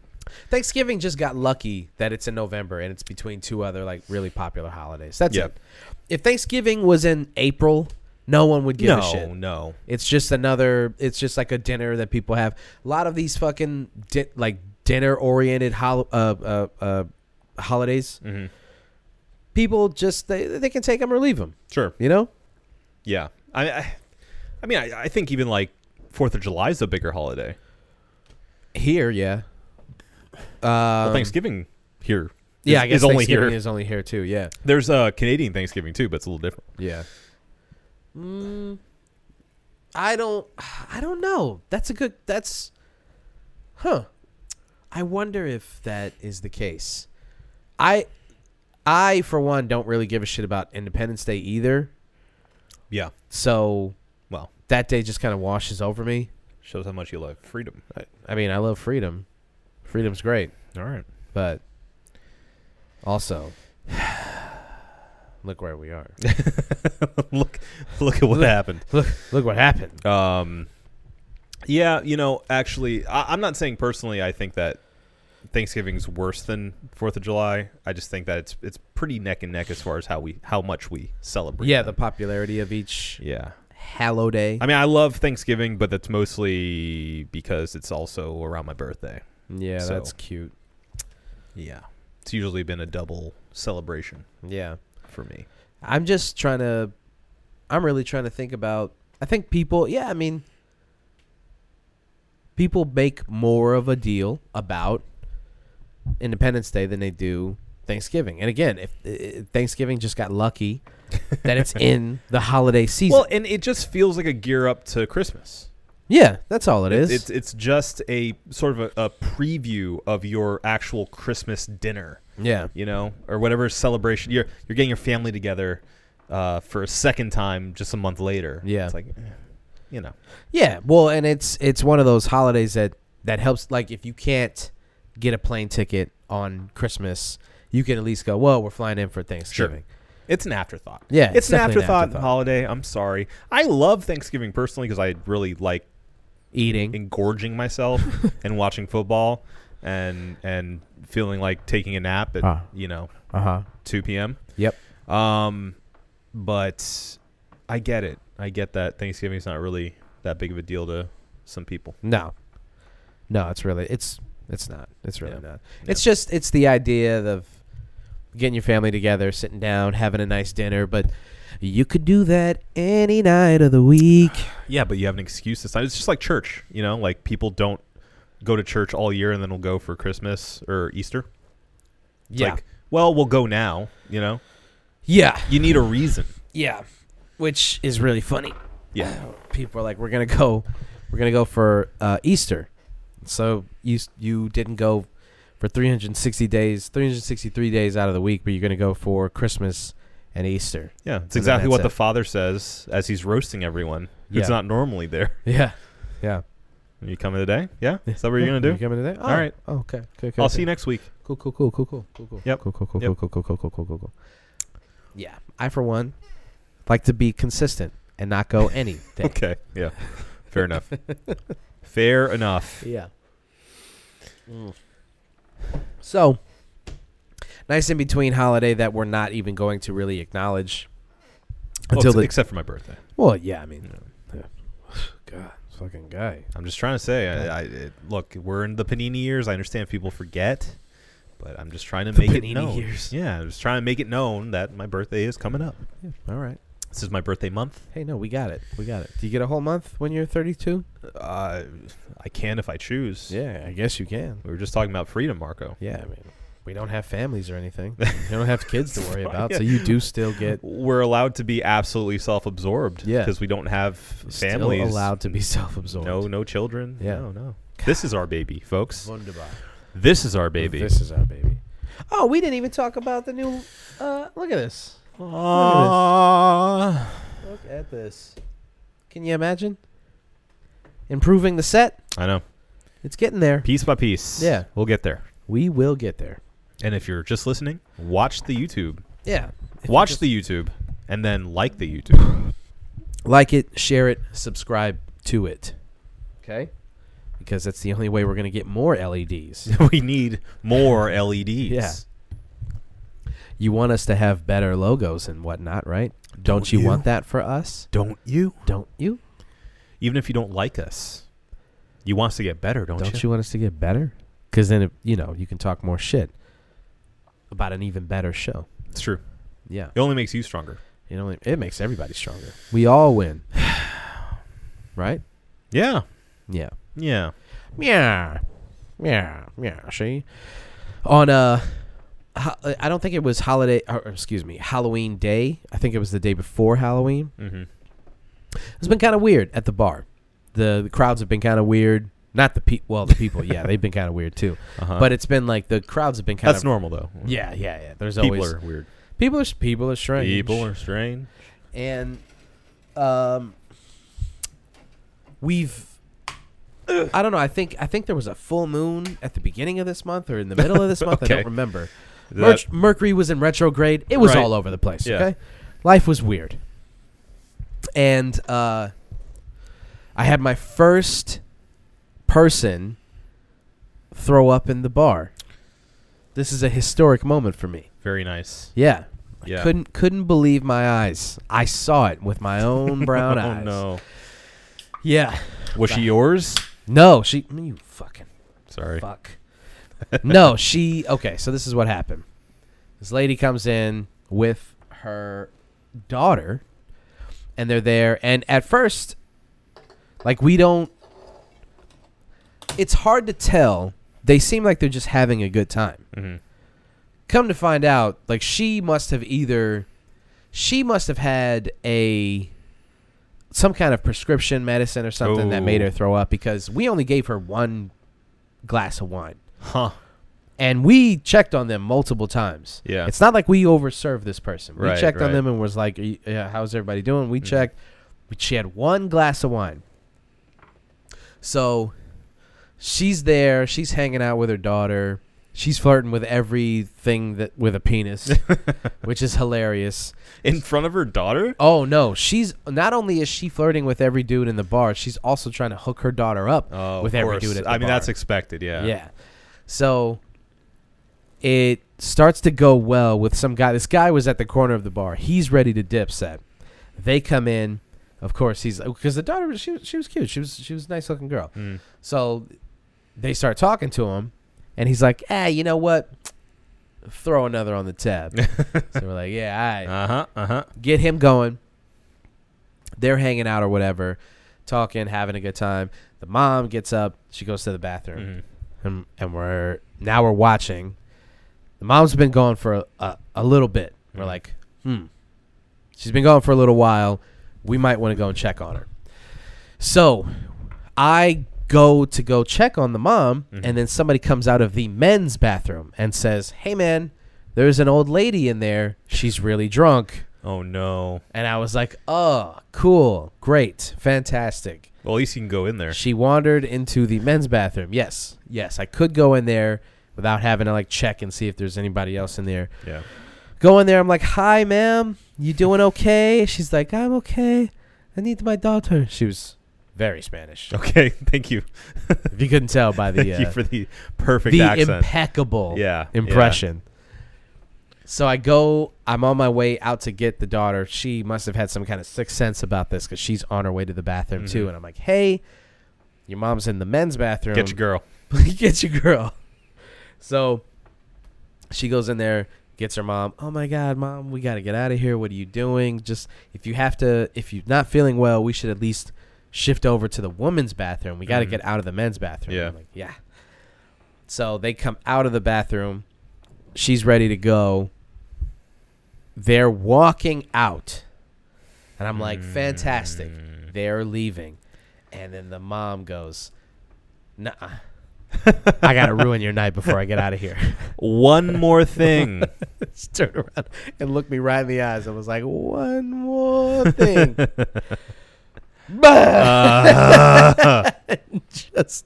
S1: Thanksgiving just got lucky that it's in November and it's between two other like really popular holidays. That's
S2: Yeah.
S1: it. If Thanksgiving was in April, no one would give
S2: no,
S1: a shit.
S2: no.
S1: It's just another. It's just like a dinner that people have. A lot of these fucking di- like dinner oriented hol- uh, uh, uh, holidays.
S2: Mhm.
S1: People just they they can take them or leave them.
S2: Sure.
S1: You know.
S2: Yeah. I I, I mean I, I think even like 4th of July is a bigger holiday.
S1: Here, yeah.
S2: Well,
S1: Um,
S2: Thanksgiving here is,
S1: yeah, I guess
S2: is only here.
S1: Thanksgiving is only here too. Yeah,
S2: There's uh, Canadian Thanksgiving too, but it's a little different.
S1: yeah. Mm, I don't. I don't know. That's a good. That's. Huh. I wonder if that is the case. I, I for one don't really give a shit about Independence Day either.
S2: Yeah.
S1: So
S2: Well,
S1: that day just kind of washes over me.
S2: shows how much you love freedom.
S1: I mean, I love freedom. Freedom's great,
S2: All right.
S1: but also look where we are.
S2: look, look at what happened.
S1: look look what happened.
S2: Um, yeah, you know, actually, I, I'm not saying personally. I think that Thanksgiving's worse than Fourth of July. I just think that it's it's pretty neck and neck as far as how we how much we celebrate.
S1: Yeah, the
S2: them.
S1: popularity of each
S2: yeah.
S1: Hallow Day.
S2: I mean, I love Thanksgiving, but that's mostly because it's also around my birthday.
S1: yeah,
S2: so-
S1: that's cute.
S2: Yeah, it's usually been a double celebration
S1: Yeah.
S2: for me.
S1: I'm just trying to I'm really trying to think about I think people yeah, I mean people make more of a deal about Independence Day than they do Thanksgiving. And again, if uh, Thanksgiving just got lucky that it's in the holiday season.
S2: Well, and it just feels like a gear up to Christmas.
S1: yeah, that's all it is.
S2: It's it's just a sort of a, a preview of your actual Christmas dinner,
S1: yeah.
S2: you know, or whatever celebration you're you're getting your family together uh, for a second time just a month later.
S1: Yeah.
S2: it's like, eh, you know,
S1: Yeah, well, and it's it's one of those holidays that that helps. Like, if you can't get a plane ticket on Christmas, you can at least go. Well, we're flying in for Thanksgiving.
S2: it's an afterthought.
S1: Yeah,
S2: it's,
S1: it's
S2: an
S1: definitely an
S2: afterthought,
S1: afterthought.
S2: holiday. I'm sorry. I love Thanksgiving personally because I really like
S1: Eating,
S2: engorging myself and watching football and and feeling like taking a nap at
S1: Ah.
S2: you know
S1: uh huh.
S2: 2 p.m.
S1: Yep.
S2: Um, but I get it. I get that Thanksgiving's not really that big of a deal to some people.
S1: No, no, it's really it's it's not. It's really
S2: Yeah.
S1: not. It's just it's the idea of getting your family together, sitting down, having a nice dinner. But you could do that any night of the week.
S2: Yeah, but you have an excuse this time. It's just like church, you know, like people don't go to church all year and then will go for Christmas or Easter. It's
S1: yeah,
S2: Like, well, we'll go now, you know.
S1: yeah,
S2: You need a reason.
S1: yeah. Which is really funny.
S2: Yeah.
S1: Uh, people are like, we're gonna go, we're gonna go for uh, Easter. So you s- you didn't go for 360 days, 363 days out of the week, but you're gonna go for Christmas and Easter.
S2: Yeah. It's
S1: then
S2: exactly what
S1: that's
S2: the
S1: it.
S2: father says as he's roasting everyone who's
S1: Yeah.
S2: not normally there.
S1: Yeah, yeah.
S2: You coming today? Yeah? Is that what you're gonna do?
S1: You coming today?
S2: All right.
S1: Oh, okay. Okay. okay
S2: I'll
S1: okay.
S2: see you next week.
S1: Cool. Cool. Cool. Cool. Cool. Cool. Cool.
S2: Yep.
S1: Cool. Cool. Cool.
S2: Yep.
S1: Cool. Cool. Cool. Cool. Cool. Cool. Cool. Yeah. I for one like to be consistent and not go any day.
S2: Okay. Yeah. Fair enough. Fair enough.
S1: Yeah. Mm. So, nice in between holiday that we're not even going to really acknowledge
S2: Well,
S1: until
S2: ex-
S1: the.
S2: except for my birthday.
S1: well, yeah, I mean, yeah. God, this fucking guy.
S2: I'm just trying to say, I, I it, look, we're in the panini years. I understand people forget, but I'm just trying to
S1: The
S2: make it
S1: panini
S2: known.
S1: years.
S2: Yeah, I'm just trying to make it known that my birthday is coming up.
S1: Yeah, all right.
S2: This is my birthday month.
S1: Hey, no, we got it. We got it. Do you get a whole month when you're 32?
S2: Uh, I can if I choose.
S1: Yeah, I guess you can.
S2: We were just talking about freedom, Marco.
S1: Yeah, I mean, we don't have families or anything. you don't have kids to worry
S2: Fuck
S1: about,
S2: yeah.
S1: so you do still get
S2: We're allowed to be absolutely self-absorbed.
S1: Yeah.
S2: Because we don't have families.
S1: still allowed to be self-absorbed.
S2: No, no children.
S1: Yeah.
S2: No, no. This is our baby, folks.
S1: Wunderbar.
S2: This is our baby.
S1: This is our baby. Oh, we didn't even talk about the new. Uh, look at this.
S2: Ah.
S1: Look at this. Can you imagine? Improving the set.
S2: I know.
S1: It's getting there.
S2: Piece by piece.
S1: Yeah.
S2: We'll get there.
S1: We will get there.
S2: And if you're just listening, watch the YouTube.
S1: Yeah.
S2: watch the YouTube and then like the YouTube.
S1: like it, share it, subscribe to it. Okay? Because that's the only way we're going to get more E LEDs.
S2: we need more E LEDs.
S1: Yeah. you want us to have better logos and whatnot, right? Don't, you,
S2: you?
S1: want that for us?
S2: Don't you?
S1: Don't you?
S2: Even if you don't like us, you want us to get better, don't,
S1: Don't you, want us to get better? Because then, it, you know, you can talk more shit about an even better show.
S2: It's true.
S1: Yeah.
S2: It only makes you stronger.
S1: You know, it makes everybody stronger. We all win. right?
S2: Yeah.
S1: Yeah.
S2: Yeah.
S1: Yeah, yeah, yeah. See, on uh, ho- I don't think it was holiday. Or, excuse me, Halloween day. I think it was the day before Halloween.
S2: Mm-hmm.
S1: It's been kind of weird at the bar. The, the crowds have been kind of weird. Not the people. Well, the people. yeah, they've been kind of weird too.
S2: Uh-huh.
S1: But it's been like the crowds have been kind
S2: That's
S1: of.
S2: normal, though.
S1: Yeah, yeah, yeah. There's
S2: People
S1: always
S2: are weird.
S1: people are s- people are strange.
S2: People are strange.
S1: and um, we've I don't know. I think I think there was a full moon at the beginning of this month or in the middle of this month. I
S2: Okay.
S1: don't remember.
S2: That-
S1: Merch Mercury was in retrograde. It was
S2: Right.
S1: all over the place.
S2: Yeah.
S1: Okay, life was weird, and uh, I had my first person throw up in the bar. This is a historic moment for me.
S2: very nice.
S1: Yeah. I
S2: Yeah.
S1: Couldn't couldn't believe my eyes. I saw it with my own brown
S2: oh
S1: eyes.
S2: no.
S1: Yeah.
S2: Was she yours?
S1: No, she you fucking
S2: Sorry.
S1: fuck. no, she okay, so this is what happened. This lady comes in with her daughter and they're there and at first like we don't it's hard to tell. They seem like they're just having a good time.
S2: hmm
S1: come to find out like she must have either she must have had a some kind of prescription medicine or something that made
S2: Oh.
S1: her throw up because we only gave her one glass of wine
S2: Huh.
S1: and we checked on them multiple times
S2: Yeah.
S1: it's not like we overserved this person we
S2: Right,
S1: checked on
S2: right. Mm-hmm.
S1: them and was like "Are you- yeah, how's everybody doing we checked We- she had one glass of wine so she's there she's hanging out with her daughter she's flirting with everything that with a penis which is hilarious
S2: In front of her daughter?
S1: oh no she's not only is she flirting with every dude in the bar she's also trying to hook her daughter up
S2: Oh,
S1: with
S2: of
S1: every
S2: course.
S1: dude at the
S2: I mean,
S1: bar.
S2: that's expected. Yeah.
S1: Yeah. So it starts to go well with some guy. This guy was at the corner of the bar. He's ready to dip set. They come in. Of course, he's because the daughter was she, was- she was cute. She was she was a nice looking girl.
S2: Mm.
S1: So they start talking to him, and he's like, "Ah, you know what? Throw another on the tab." so we're like, "Yeah, all right."
S2: Uh huh. Uh huh.
S1: get him going. They're hanging out or whatever, talking, having a good time. The mom gets up, she goes to the bathroom,
S2: Mhm.
S1: and, and we're now we're watching. The mom's been gone for a, a, a little bit. We're
S2: Mhm.
S1: like, hmm, she's been gone for a little while. We might want to go and check on her. So, I go to go check on the mom,
S2: Mhm.
S1: and then somebody comes out of the men's bathroom and says, "Hey, man." There's an old lady in there. She's really drunk.
S2: Oh no.
S1: And I was like, oh, cool, great, fantastic.
S2: Well, at least you can go in there.
S1: She wandered into the men's bathroom. Yes, yes, I could go in there without having to like check and see if there's anybody else in there.
S2: Yeah.
S1: Go in there, I'm like, hi, ma'am, you doing okay? She's like, I'm okay. I need my daughter. She was very Spanish.
S2: Okay. Thank you.
S1: If you couldn't tell by
S2: Thank
S1: the,
S2: you
S1: uh,
S2: for the perfect
S1: the
S2: accent.
S1: impeccable
S2: yeah.
S1: impression. So I go, I'm on my way out to get the daughter. She must have had some kind of sixth sense about this because she's on her way to the bathroom too.
S2: Mhm.
S1: And I'm like, hey, your mom's in the men's bathroom.
S2: Yeah. Get your girl.
S1: girl. Get your girl. So she goes in there. gets her mom. Oh my God, mom, we got to get out of here. What are you doing? Just if you have to, if you're not feeling well, we should at least shift over to the woman's bathroom. We got to
S2: Mhm.
S1: get out of the men's bathroom.
S2: Yeah.
S1: I'm like, yeah. So they come out of the bathroom. She's ready to go. They're walking out. And I'm like, fantastic.
S2: Mm.
S1: They're leaving. And then the mom goes, nah. I got to ruin your night before I get out of here.
S2: One more thing.
S1: Just turned around and looked me right in the eyes. I was like, one more thing. Bah!
S2: Uh,
S1: Just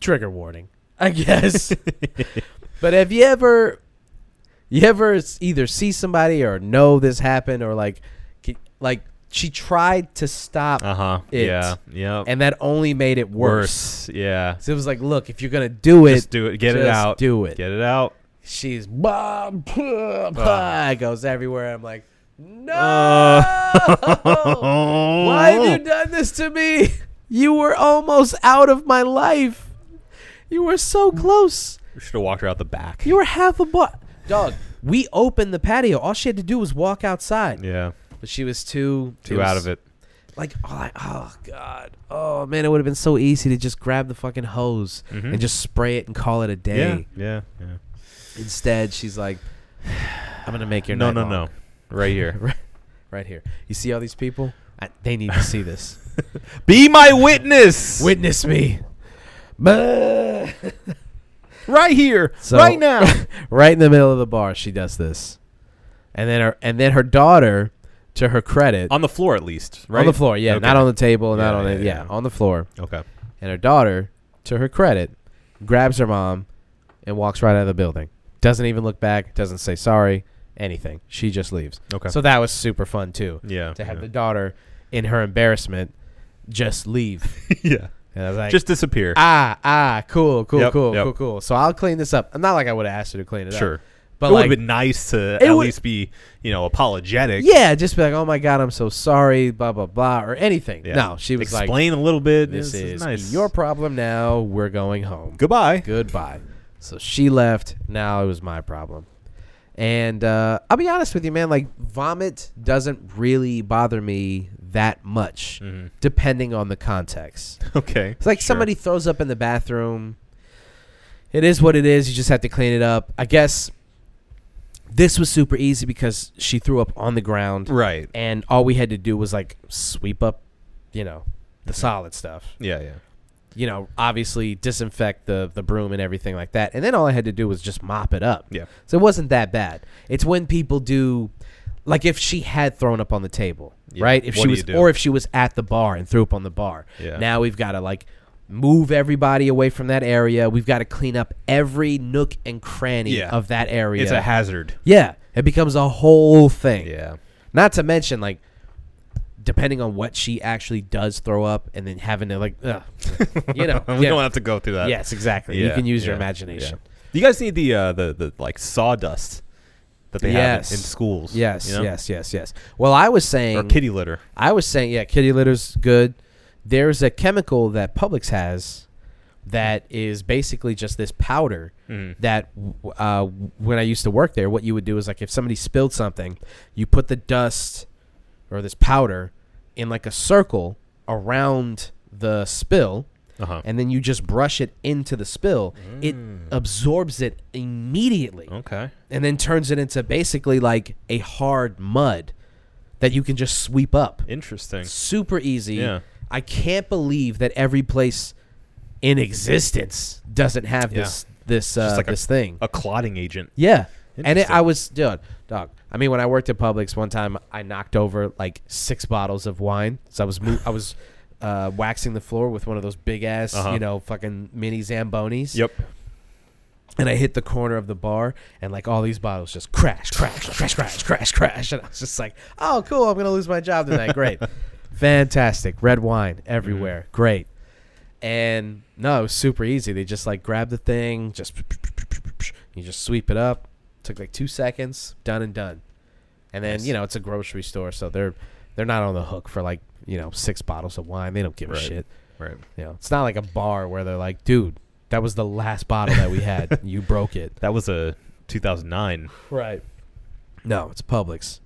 S1: trigger warning, I guess. but have you ever, you ever s- either see somebody or know this happened or like, c- like she tried to stop
S2: huh.
S1: It.
S2: Uh-huh. Yeah. Yeah.
S1: and that only made it worse.
S2: Yeah.
S1: So it was like, look, if you're gonna do it,
S2: Just do it. Get it
S1: just
S2: out.
S1: Do it.
S2: Get it out.
S1: She's bah, bah, bah, goes everywhere. I'm like, no. Why
S2: Oh.
S1: have you done this to me? You were almost out of my life. You were so close.
S2: Should have walked her out the back.
S1: You were half a butt. Dog, we opened the patio. All she had to do was walk outside.
S2: yeah.
S1: But she was too
S2: Too out of it.
S1: Like, oh, I- oh God. Oh man, it would have been so easy to just grab the fucking hose
S2: Mhm.
S1: and just spray it and call it a
S2: Yeah.
S1: day.
S2: Yeah. Yeah.
S1: Instead, she's like, I'm gonna make your
S2: no.
S1: night
S2: No.
S1: long.
S2: No. Right here.
S1: right, right here. You see all these people? I, they need to see this.
S2: Be my witness.
S1: Witness me. Bah.
S2: right here.
S1: So-
S2: right now.
S1: right in the middle of the bar, she does this, and then her and then her daughter, to her credit,
S2: on the floor at least. Right
S1: on the floor. Yeah, not
S2: Okay.
S1: on the table, not
S2: Yeah,
S1: on the,
S2: yeah,
S1: yeah,
S2: yeah.
S1: on the floor.
S2: Okay.
S1: And her daughter, to her credit, grabs her mom, and walks right out of the building. Doesn't even look back. Doesn't say sorry. Anything. She just leaves.
S2: Okay.
S1: So that was super fun too.
S2: yeah.
S1: to have
S2: yeah.
S1: the daughter in her embarrassment just leave.
S2: yeah.
S1: And I was like,
S2: Just disappear.
S1: ah, ah, cool, cool,
S2: Yep,
S1: cool,
S2: yep.
S1: cool, cool. So I'll clean this up. I'm not like I would have asked her to clean it up.
S2: sure.
S1: But
S2: it
S1: like,
S2: would have been nice to
S1: It
S2: at
S1: would-
S2: least be, you know, apologetic.
S1: yeah, just be like, oh my god, I'm so sorry, blah blah blah, or anything.
S2: Yeah.
S1: No, she was
S2: explain
S1: like,
S2: a little bit.
S1: this, is,
S2: nice.
S1: your problem now. We're going home.
S2: goodbye.
S1: Goodbye. So she left. Now it was my problem. And uh, I'll be honest with you, man. Like vomit doesn't really bother me that much,
S2: Mhm.
S1: depending on the context.
S2: Okay.
S1: It's like
S2: Sure.
S1: somebody throws up in the bathroom. It is what it is. You just have to clean it up. I guess this was super easy because she threw up on the ground,
S2: Right.
S1: and all we had to do was like sweep up, you know, the
S2: Mm-hmm.
S1: solid stuff.
S2: Yeah. Yeah.
S1: You know, obviously disinfect the the broom and everything like that. And then all I had to do was just mop it up.
S2: Yeah.
S1: So it wasn't that bad. It's when people do like if she had thrown up on the table,
S2: Yeah.
S1: right? If she
S2: What do
S1: was
S2: you do?
S1: or if she was at the bar and threw up on the bar.
S2: Yeah.
S1: Now we've got to like move everybody away from that area. We've got to clean up every nook and cranny
S2: Yeah.
S1: of that area.
S2: It's a hazard.
S1: yeah, it becomes a whole thing.
S2: Yeah.
S1: Not to mention like depending on what she actually does throw up and then having to like ugh. you know.
S2: we
S1: yeah.
S2: don't have to go through that.
S1: Yes, exactly. you
S2: Yeah,
S1: can use your
S2: yeah,
S1: imagination.
S2: yeah. You guys need the uh, the the like sawdust that they have in-
S1: Yes.
S2: in schools.
S1: Yes,
S2: you know?
S1: yes, yes, yes. Well, I was saying
S2: Or kitty litter.
S1: I was saying, yeah, kitty litter's good. There's a chemical that Publix has that is basically just this powder
S2: Mhm.
S1: that uh, when I used to work there, what you would do is like if somebody spilled something, you put the dust or this powder in like a circle around the spill
S2: Uh huh.
S1: and then you just brush it into the spill. It absorbs it immediately
S2: Okay.
S1: and then turns it into basically like a hard mud that you can just sweep up
S2: Interesting.
S1: super easy.
S2: Yeah.
S1: I can't believe that every place in existence doesn't have
S2: Yeah.
S1: this this
S2: Just
S1: uh,
S2: like a-
S1: this thing.
S2: A clotting agent.
S1: yeah. And it,
S2: Interesting.
S1: I was dude, dog. I mean, when I worked at Publix one time, I knocked over like six bottles of wine. So I was mo- I was uh, waxing the floor with one of those big ass,
S2: Uh-huh.
S1: you know, fucking mini zambonis.
S2: Yep.
S1: And I hit the corner of the bar, and like all these bottles just crash, crash, crash, crash, crash, crash. And I was just like, oh, cool, I'm going to lose my job tonight. Great. Fantastic. Red wine everywhere.
S2: Mm-hmm.
S1: Great. And no, it was super easy. They just like grab the thing, just you just sweep it up. Took like two seconds, done and done. And then,
S2: Nice.
S1: you know, it's a grocery store, so they're they're not on the hook for like, you know, six bottles of wine. They don't give a
S2: Right.
S1: shit.
S2: Right.
S1: You know, it's not like a bar where they're like, dude, that was the last bottle that we had. you broke it.
S2: That was a 2009.
S1: Right. No, it's Publix.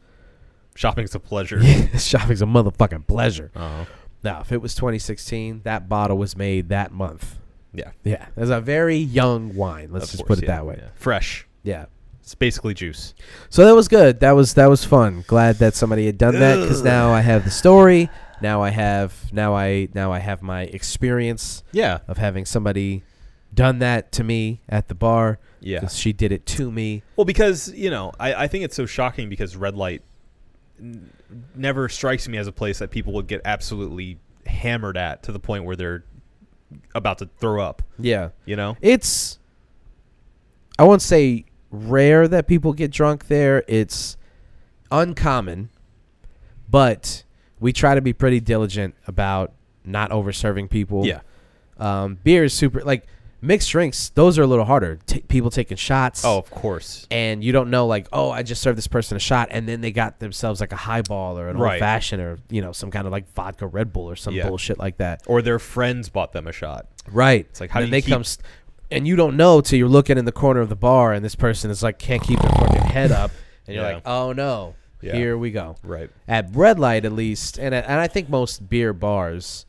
S2: Shopping's a pleasure.
S1: Shopping's a motherfucking pleasure.
S2: Oh,
S1: Now, if it was 2016, that bottle was made that month.
S2: yeah.
S1: Yeah, that's a very young wine. Let's
S2: of
S1: just
S2: course,
S1: put it
S2: yeah,
S1: that way.
S2: yeah. Fresh.
S1: Yeah.
S2: It's basically juice.
S1: So that was good. That was that was fun. Glad that somebody had done that because now I have the story. Now I have now I now I have my experience
S2: Yeah.
S1: of having somebody done that to me at the bar.
S2: Yeah.
S1: 'cause she did it to me.
S2: Well, because you know, I, I think it's so shocking because red light n- never strikes me as a place that people would get absolutely hammered at to the point where they're about to throw up.
S1: Yeah,
S2: You know?
S1: it's I won't say rare that people get drunk there. It's uncommon, but we try to be pretty diligent about not over serving people.
S2: Yeah.
S1: Um, beer is super like mixed drinks. Those are a little harder. Ta people taking shots.
S2: Oh, of course.
S1: and you don't know like oh I just served this person a shot and then they got themselves like a highball or an
S2: Right.
S1: old fashioned or you know some kind of like vodka Red Bull or some
S2: Yeah.
S1: bullshit like that.
S2: Or their friends bought them a shot.
S1: Right.
S2: It's like, how
S1: and
S2: do
S1: then
S2: you
S1: they
S2: keep-
S1: come st- and you don't know till you're looking in the corner of the bar and this person is like can't keep their fucking head up and you're
S2: Yeah.
S1: like oh no
S2: Yeah.
S1: here we go
S2: Right.
S1: at red light at least and and I think most beer bars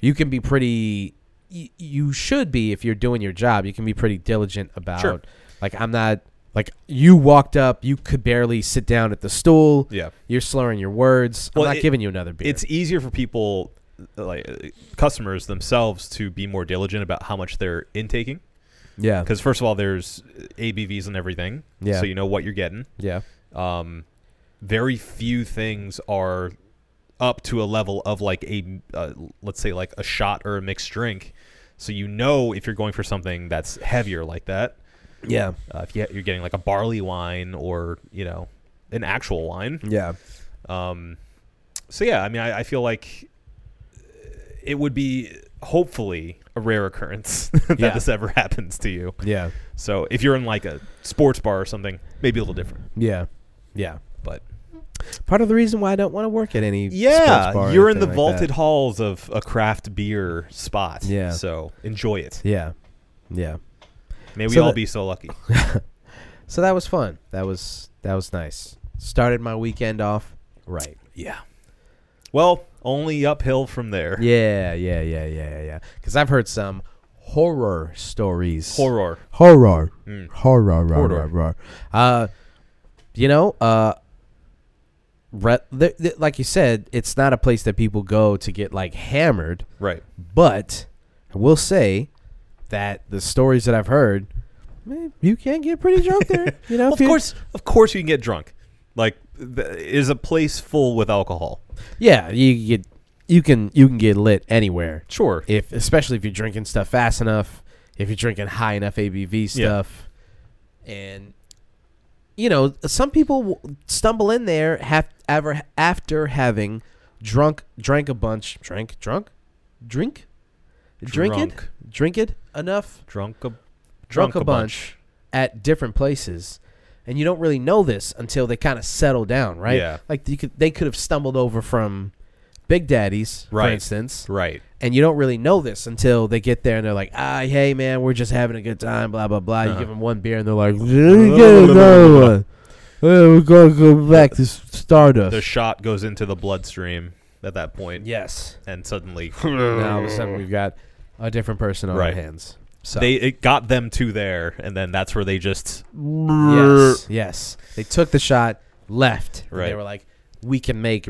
S1: you can be pretty y- you should be if you're doing your job you can be pretty diligent about
S2: Sure.
S1: like I'm not like you walked up you could barely sit down at the stool
S2: Yeah.
S1: you're slurring your words
S2: Well,
S1: I'm not
S2: it-
S1: giving you another beer
S2: It's easier for people like uh, customers themselves to be more diligent about how much they're intaking
S1: yeah
S2: because first of all there's uh, ABVs and everything
S1: Yeah.
S2: so you know what you're getting
S1: yeah
S2: um, very few things are up to a level of like a uh, let's say like a shot or a mixed drink so you know if you're going for something that's heavier like that
S1: yeah
S2: uh, if you you're getting like a barley wine or you know an actual wine
S1: yeah
S2: um, so yeah i mean I, I feel like it would be hopefully a rare occurrence that
S1: Yeah.
S2: this ever happens to you
S1: yeah
S2: so if you're in like a sports bar or something maybe a little different
S1: yeah yeah
S2: but
S1: part of the reason why I don't want to work at any sports bar
S2: Yeah,
S1: or
S2: you're in the
S1: anything like
S2: vaulted
S1: that.
S2: halls of a craft beer spot.
S1: Yeah.
S2: So enjoy it.
S1: Yeah, yeah.
S2: May we
S1: So
S2: all
S1: that-
S2: be so lucky.
S1: So that was fun. That was that was nice. Started my weekend off right.
S2: Yeah. Well, only uphill from there.
S1: Yeah, yeah, yeah, yeah, yeah. Because I've heard some horror stories.
S2: Horror.
S1: horror,
S2: Mm.
S1: horror, horror,
S2: Horror.
S1: horror. Uh, you know, uh, re- th- th- like you said, it's not a place that people go to get like hammered.
S2: Right.
S1: But I will say that the stories that I've heard, man, you can get pretty drunk there. You know, if
S2: of
S1: you-
S2: course, of course, you can get drunk. Like, th- it is a place full with alcohol.
S1: Yeah, you get you can you can get lit anywhere.
S2: Sure.
S1: If especially if you're drinking stuff fast enough, if you're drinking high enough ABV
S2: Yeah.
S1: stuff, and you know some people w- stumble in there have ever after having drunk drank a bunch drank drunk drink drink it
S2: Drunk.
S1: drink it enough
S2: Drunk a drunk,
S1: drunk a bunch at different places and you don't really know this until they kind of settle down right
S2: Yeah.
S1: like you could they could have stumbled over from big daddy's for
S2: Right.
S1: instance
S2: Right.
S1: and you don't really know this until they get there and they're like ah hey man we're just having a good time blah blah blah you
S2: Uh-huh.
S1: give them one beer and they're like "We get another one. Hey, we're gonna go back to s- stardust
S2: The shot goes into the bloodstream at that point,
S1: yes
S2: and suddenly
S1: now all of a sudden we've got a different person on
S2: Right.
S1: our hands so
S2: they it got them to there, and then that's where they just
S1: Yes, yes. They took the shot, left. and They
S2: Right.
S1: were like, we can make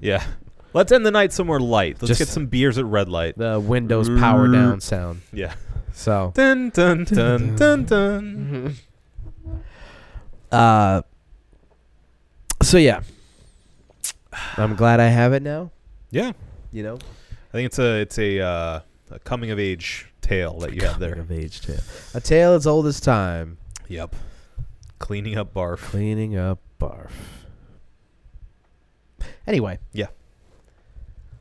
S2: Yeah. Let's end the night somewhere light. Let's
S1: Just-
S2: get some beers at Red Light.
S1: the Windows power down sound.
S2: Yeah.
S1: So,
S2: Dun dun dun dun dun.
S1: uh, so yeah, I'm glad I have it now.
S2: Yeah.
S1: You know,
S2: I think it's a it's a, uh, a coming of age tale that you have
S1: Coming
S2: there.
S1: of age tale, a tale as old as time,
S2: Yep. Cleaning up barf.
S1: cleaning up barf. Anyway,
S2: Yeah.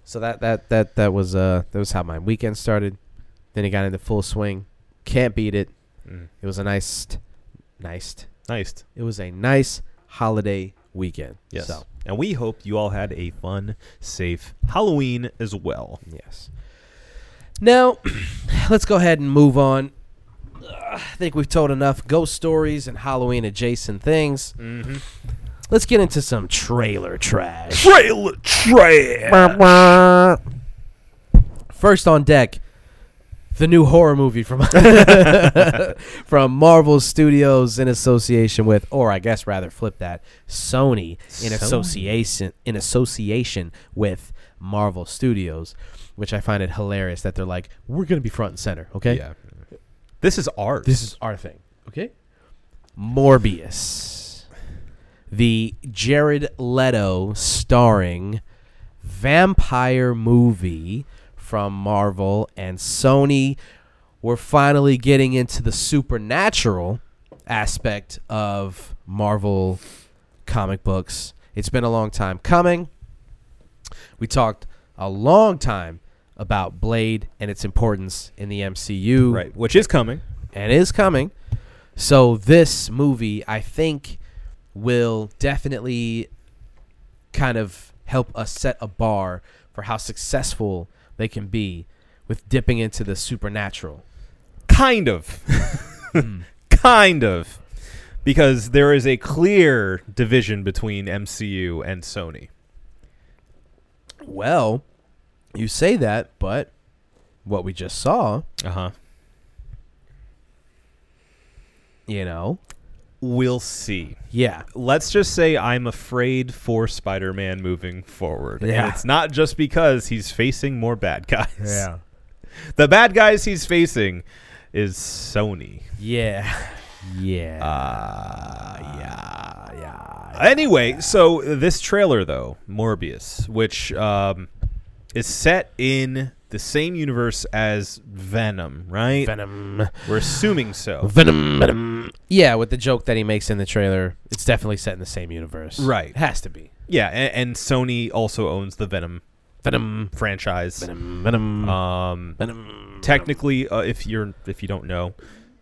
S1: So that that that that was uh that was how my weekend started. Then it got into full swing. Can't beat it.
S2: Mm.
S1: It was a nice, nice.
S2: Nice.
S1: It was a nice holiday weekend.
S2: Yes.
S1: So
S2: And we hope you all had a fun, safe Halloween as well.
S1: yes. Now, let's go ahead and move on. I think we've told enough ghost stories and Halloween adjacent things. Let's get into some trailer trash.
S2: Trailer trash.
S1: First on deck, the new horror movie from from Marvel Studios in association with, or I guess rather flip that, Sony in
S2: Sony.
S1: association in association with Marvel Studios, which I find it hilarious that they're like, we're gonna be front and center, okay?
S2: Yeah. This is art.
S1: This is our thing. Okay. Morbius. The Jared Leto starring vampire movie from Marvel and Sony. We're finally getting into the supernatural aspect of Marvel comic books. It's been a long time coming. We talked a long time about Blade and its importance in the MCU
S2: right, which is coming.
S1: and is coming. So this movie, I think, will definitely kind of help us set a bar for how successful they can be with dipping into the supernatural.
S2: Kind of.
S1: Hmm.
S2: kind of. Because there is a clear division between MCU and Sony.
S1: Well, you say that, but what we just saw,
S2: Uh huh.
S1: you know,
S2: We'll see.
S1: yeah,
S2: Let's just say I'm afraid for Spider Man moving forward.
S1: Yeah.
S2: And it's not just because he's facing more bad guys. The bad guys he's facing is Sony.
S1: yeah, yeah.
S2: Ah, yeah, yeah. Anyway, so this trailer though, Morbius, which um, is set in the same universe as Venom, right?
S1: Venom,
S2: We're assuming so.
S1: Venom, Venom. Yeah, with the joke that he makes in the trailer, it's definitely set in the same universe.
S2: Right.
S1: has to be.
S2: Yeah, and, and Sony also owns the Venom
S1: Venom,
S2: franchise.
S1: Venom, Venom,
S2: Um,
S1: Venom.
S2: technically, uh, if you're if you don't know,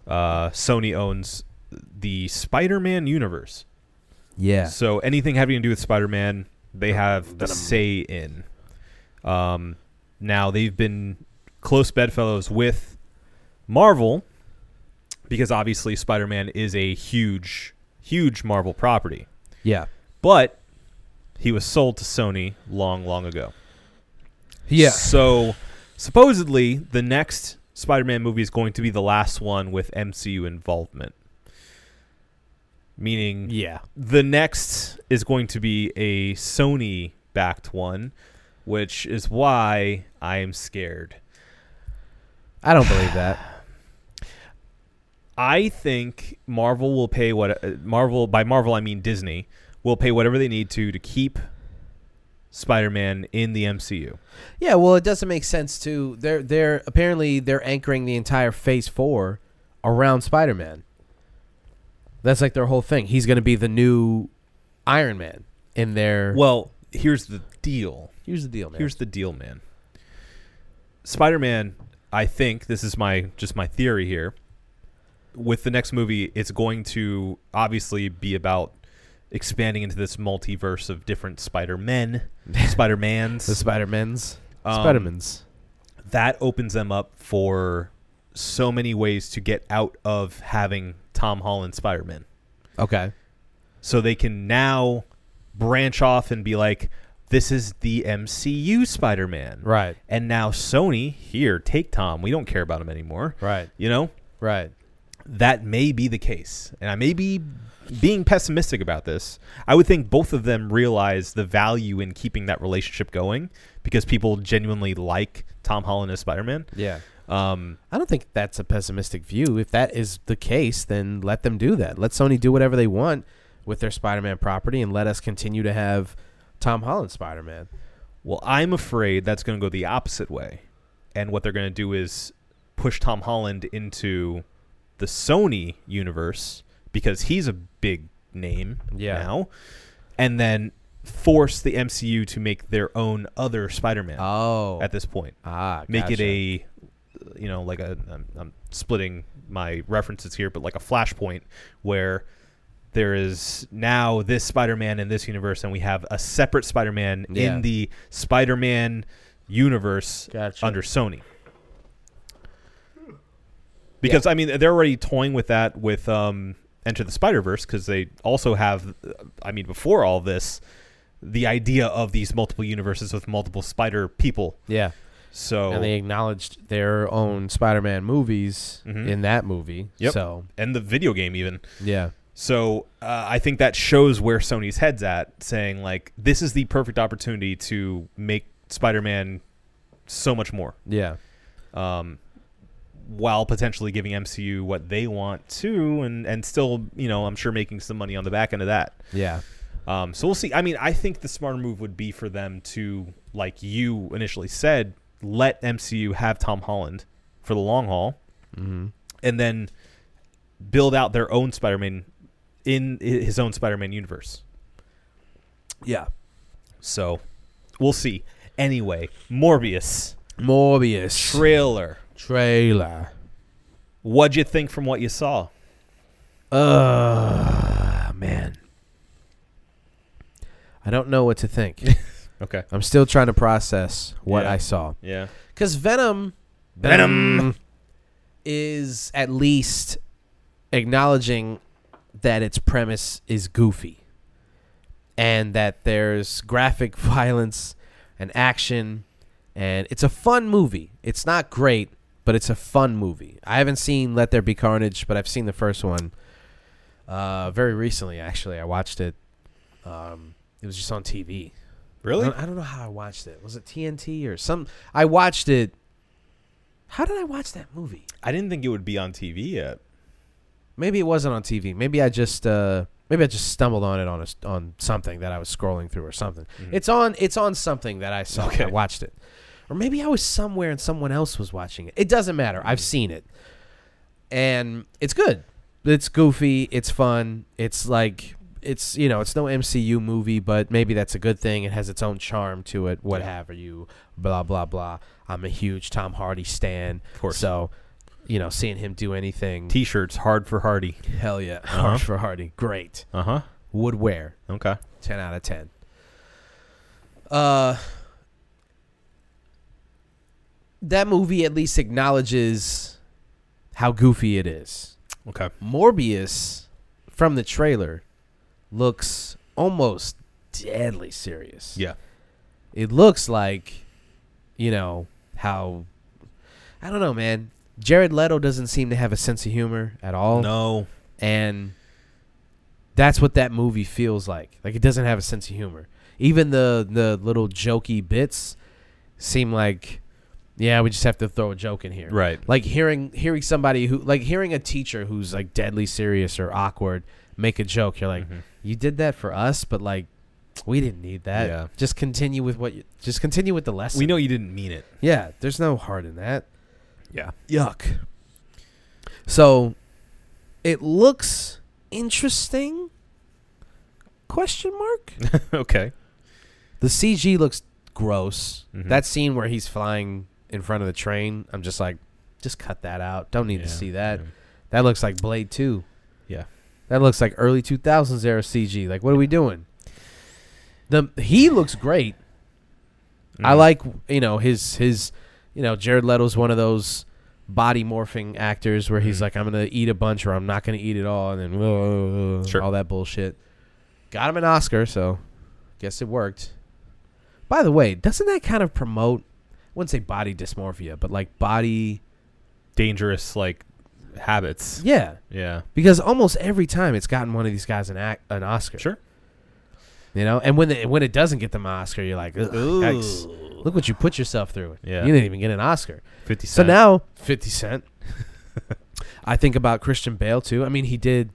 S2: uh, Sony owns the Spider-Man universe.
S1: Yeah.
S2: So anything having to do with Spider-Man, they have the
S1: Venom.
S2: say in. Um, now they've been close bedfellows with Marvel because obviously Spider-Man is a huge, huge Marvel property.
S1: Yeah.
S2: But he was sold to Sony long, long ago.
S1: Yeah.
S2: So supposedly the next Spider-Man movie is going to be the last one with MCU involvement. Meaning
S1: Yeah.
S2: the next is going to be a Sony backed one, which is why I am scared.
S1: I don't believe that.
S2: I think Marvel will pay what uh, Marvel by Marvel I mean Disney will pay whatever they need to to keep Spider-Man in the MCU.
S1: Yeah, well, it doesn't make sense to they're they're apparently they're anchoring the entire Phase Four around Spider-Man. That's like their whole thing. He's going to be the new Iron Man in their.
S2: Well, here's the deal.
S1: here's the deal, man.
S2: Here's the deal, man. Spider-Man, I think this is my just my theory here. With the next movie, it's going to obviously be about expanding into this multiverse of different Spider-Men, Spider-Mans.
S1: the Spider-Mans.
S2: Um,
S1: Spider-Mans.
S2: that opens them up for so many ways to get out of having Tom Holland Spider-Man.
S1: Okay.
S2: So they can now branch off and be like this is the MCU Spider-Man.
S1: Right.
S2: And now Sony, here, take Tom. We don't care about him anymore.
S1: Right.
S2: You know,
S1: Right.
S2: that may be the case. And I may be being pessimistic about this. I would think both of them realize the value in keeping that relationship going because people genuinely like Tom Holland as Spider Man.
S1: Yeah.
S2: Um,
S1: I don't think that's a pessimistic view. If that is the case, then let them do that. Let Sony do whatever they want with their Spider-Man property, and let us continue to have Tom Holland Spider-Man.
S2: well, I'm afraid that's going to go the opposite way. And what they're going to do is push Tom Holland into the Sony universe because he's a big name
S1: Yeah.
S2: now, and then force the MCU to make their own other Spider-Man
S1: Oh,
S2: at this point.
S1: ah,
S2: Make it
S1: gotcha.
S2: a, uh, you know, like a I'm, I'm splitting my references here, but like a flashpoint where there is now this Spider-Man in this universe, and we have a separate Spider-Man
S1: Yeah.
S2: in the Spider-Man universe
S1: Gotcha.
S2: under Sony. because I mean they're already toying with that with um, Enter the Spider Verse because they also have, I mean, before all this, the idea of these multiple universes with multiple spider people.
S1: Yeah.
S2: So
S1: And they acknowledged their own Spider-Man movies
S2: Mhm.
S1: in that movie.
S2: Yep.
S1: So
S2: and the video game even.
S1: yeah,
S2: So uh, I think that shows where Sony's head's at, saying like this is the perfect opportunity to make Spider-Man so much more,
S1: yeah,
S2: um, while potentially giving MCU what they want to, and and still you know I'm sure making some money on the back end of that.
S1: yeah,
S2: Um, so we'll see. I mean, I think the smarter move would be for them to, like you initially said, let MCU have Tom Holland for the long haul,
S1: mm-hmm.
S2: and then build out their own Spider-Man in i- his own Spider-Man universe.
S1: yeah.
S2: So we'll see. Anyway, Morbius
S1: Morbius
S2: trailer.
S1: trailer.
S2: What'd you think from what you saw?
S1: Uh man. I don't know what to think.
S2: Okay.
S1: I'm still trying to process what
S2: Yeah.
S1: I saw.
S2: Yeah.
S1: Cuz Venom
S2: Venom.
S1: is at least acknowledging that its premise is goofy and that there's graphic violence and action and it's a fun movie. It's not great, but it's a fun movie. I haven't seen Let There Be Carnage, but I've seen the first one uh, very recently. Actually, I watched it. Um, it was just on TV. I
S2: Really?
S1: don't, I don't know how I watched it. Was it TNT or some? I watched it. How did I watch that movie?
S2: I didn't think it would be on TV yet.
S1: Maybe it wasn't on TV. Maybe I just uh, maybe I just stumbled on it on a, s- on something that I was scrolling through or something. It's on it's on something that I saw.
S2: Mm-hmm. Okay.
S1: I watched it, or maybe I was somewhere and someone else was watching it. It doesn't matter. I've
S2: Mm-hmm.
S1: seen it, and it's good. It's goofy. It's fun. It's like it's you know it's no MCU movie, but maybe that's a good thing. It has its own charm to it. What
S2: Yeah.
S1: have you? Blah blah blah. I'm a huge Tom Hardy stan.
S2: Of course.
S1: So, you know, seeing him do anything.
S2: T-shirts, hard for Hardy.
S1: Hell yeah.
S2: Uh-huh.
S1: Harsh for Hardy. Great.
S2: Uh huh.
S1: Would wear.
S2: Okay.
S1: 10 out of 10. Uh, that movie at least acknowledges how goofy it is.
S2: Okay.
S1: Morbius, from the trailer, looks almost deadly serious.
S2: Yeah.
S1: It looks like, you know, how. I don't know, man. Jared Leto doesn't seem to have a sense of humor at
S2: Oh.
S1: all
S2: No.
S1: and that's what that movie feels like. Like it doesn't have a sense of humor. Even the the little jokey bits seem like, yeah, we just have to throw a joke in here.
S2: Right.
S1: Like hearing hearing somebody who like hearing a teacher who's like deadly serious or awkward make a joke. You're like,
S2: Mhm.
S1: you did that for us, but like, we didn't need that.
S2: Yeah.
S1: Just continue with what you just continue with the lesson.
S2: We know you didn't mean it.
S1: Yeah, there's no heart in that.
S2: Yeah.
S1: Yuck. So it looks interesting? Question mark?
S2: okay.
S1: the CG looks gross.
S2: Mhm.
S1: That scene where he's flying in front of the train, I'm just like, just cut that out. Don't need
S2: Yeah, Mm-hmm.
S1: to see that.
S2: yeah.
S1: That looks like Blade 2.
S2: Yeah.
S1: That looks like early 2000s era CG. Like what are we doing? The he looks great. I
S2: Mhm.
S1: like you know his his you know Jared Leto's one of those body morphing actors where he's
S2: Mhm.
S1: like I'm gonna eat a bunch or I'm not gonna eat at all and then
S2: Sure.
S1: all that bullshit. Got him an Oscar, so guess it worked. By the way, doesn't that kind of promote? I wouldn't say body dysmorphia, but like body,
S2: dangerous like habits.
S1: yeah.
S2: Yeah.
S1: Because almost every time it's gotten one of these guys an ac- an Oscar,
S2: Sure.
S1: you know. And when the, when it doesn't get them an Oscar, you're like, "Ugh, yikes. look what you put yourself through.
S2: Yeah.
S1: you didn't even get an Oscar.
S2: Fifty
S1: So
S2: Cent.
S1: now, Fifty Cent. I think about Christian Bale too. I mean, he did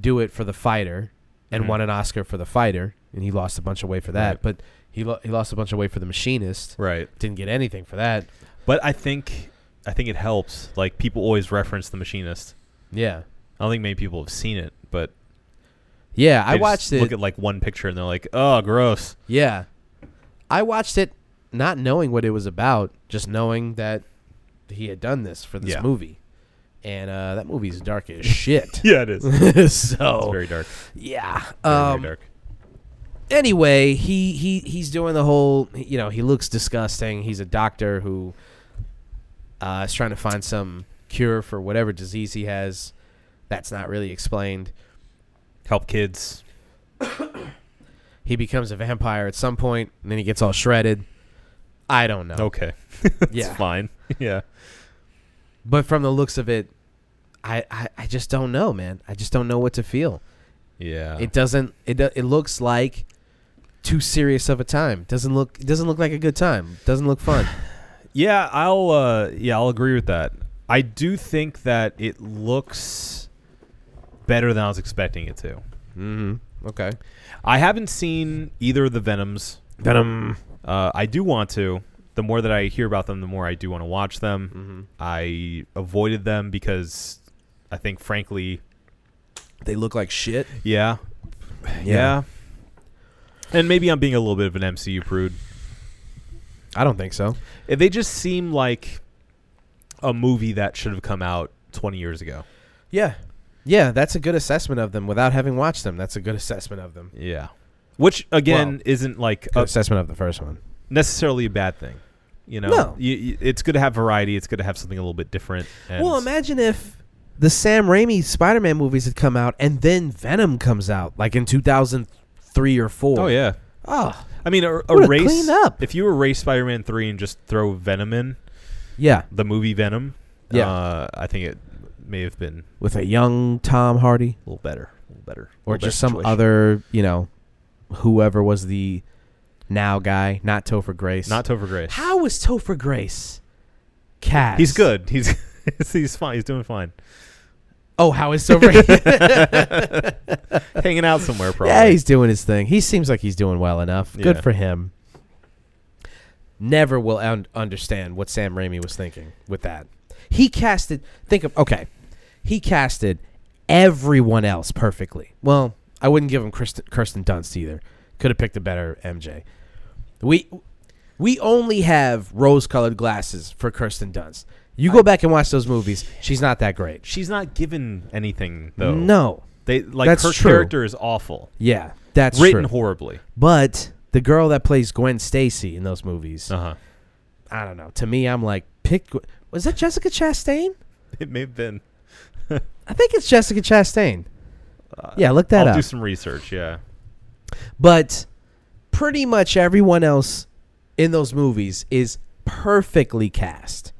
S1: do it for The Fighter and
S2: Mhm.
S1: won an Oscar for The Fighter, and he lost a bunch of weight for that.
S2: Right.
S1: But he lo- he lost a bunch of weight for The Machinist.
S2: Right.
S1: Didn't get anything for that.
S2: But I think I think it helps. Like people always reference the machinist.
S1: Yeah,
S2: I don't think many people have seen it, but
S1: yeah. I
S2: they just
S1: watched it.
S2: Look at like one picture and they're like, "Oh, gross."
S1: yeah, I watched it, not knowing what it was about, just knowing that he had done this for this
S2: Yeah.
S1: movie, and uh, that movie's dark as shit.
S2: Yeah, it is. it's
S1: so
S2: very dark.
S1: yeah,
S2: Very,
S1: Oh. um,
S2: very dark.
S1: anyway, he he he's doing the whole. You know, he looks disgusting. He's a doctor who uh, is trying to find some cure for whatever disease he has. That's not really explained.
S2: Help kids.
S1: He becomes a vampire at some point, and then he gets all shredded. I don't know.
S2: Okay. That's
S1: Yeah.
S2: fine. yeah.
S1: But from the looks of it, I, I, I just don't know, man. I just don't know what to feel.
S2: Yeah.
S1: It doesn't. It do- it looks like too serious of a time. Doesn't look. It doesn't look like a good time. Doesn't look fun.
S2: Yeah, I'll uh, yeah, I'll agree with that. I do think that it looks better than I was expecting it to.
S1: mm-hmm. Okay.
S2: I haven't seen either of the Venoms.
S1: Venom.
S2: Uh, I do want to. The more that I hear about them, the more I do want to watch them.
S1: Mm.
S2: I avoided them because I think, frankly,
S1: They look like shit.
S2: yeah, yeah, and maybe I'm being a little bit of an MCU prude.
S1: I don't think so.
S2: Eh, They just seem like a movie that should have come out 20 years ago.
S1: Yeah. Yeah, that's a good assessment of them without having watched them. That's a good assessment of them. Uh,
S2: Yeah. Which again
S1: Well,
S2: isn't like
S1: Good
S2: a,
S1: assessment of the first one.
S2: necessarily a bad thing. You know,
S1: No.
S2: You- you- it's good to have variety. It's good to have something a little bit different. And
S1: Well, imagine if the Sam Raimi Spider-Man movies had come out and then Venom comes out like in 2003 or 4.
S2: Oh yeah.
S1: Oh,
S2: I mean, er-
S1: What a
S2: erase
S1: clean up.
S2: if you erase Spider-Man three and just throw Venom in
S1: yeah,
S2: the movie Venom.
S1: Yeah.
S2: Uh, I think it may have been
S1: with a young Tom Hardy
S2: a little better, a little better,
S1: or
S2: little better
S1: just some
S2: situation.
S1: other, you know, whoever was the now guy, not Topher Grace.
S2: Not Topher Grace.
S1: How was Topher Grace? Cast.
S2: He's good. He's he's fine. He's doing fine.
S1: Oh, how is Topher?
S2: Hanging out somewhere, probably.
S1: Yeah, he's doing his thing. He seems like he's doing well enough. Good
S2: Yeah.
S1: for him. Never will un- understand what Sam Raimi was thinking with that. He casted. Think of okay. He casted everyone else perfectly. Well, I wouldn't give him Kirsten, Kirsten Dunst either. Could have picked a better MJ. We we only have rose-colored glasses for Kirsten Dunst. You go back and watch those movies. She's not that great.
S2: She's not given anything though.
S1: No.
S2: They like
S1: That's
S2: her
S1: true.
S2: character is awful.
S1: Yeah, that's
S2: Written
S1: true.
S2: horribly.
S1: But the girl that plays Gwen Stacy in those movies,
S2: Uh huh.
S1: I don't know. To me, I'm like, pick. Gw- Was that Jessica Chastain?
S2: It may have been.
S1: I think it's Jessica Chastain. yeah, look that
S2: Uh, I'll do
S1: up.
S2: some research. Yeah.
S1: But pretty much everyone else in those movies is perfectly cast.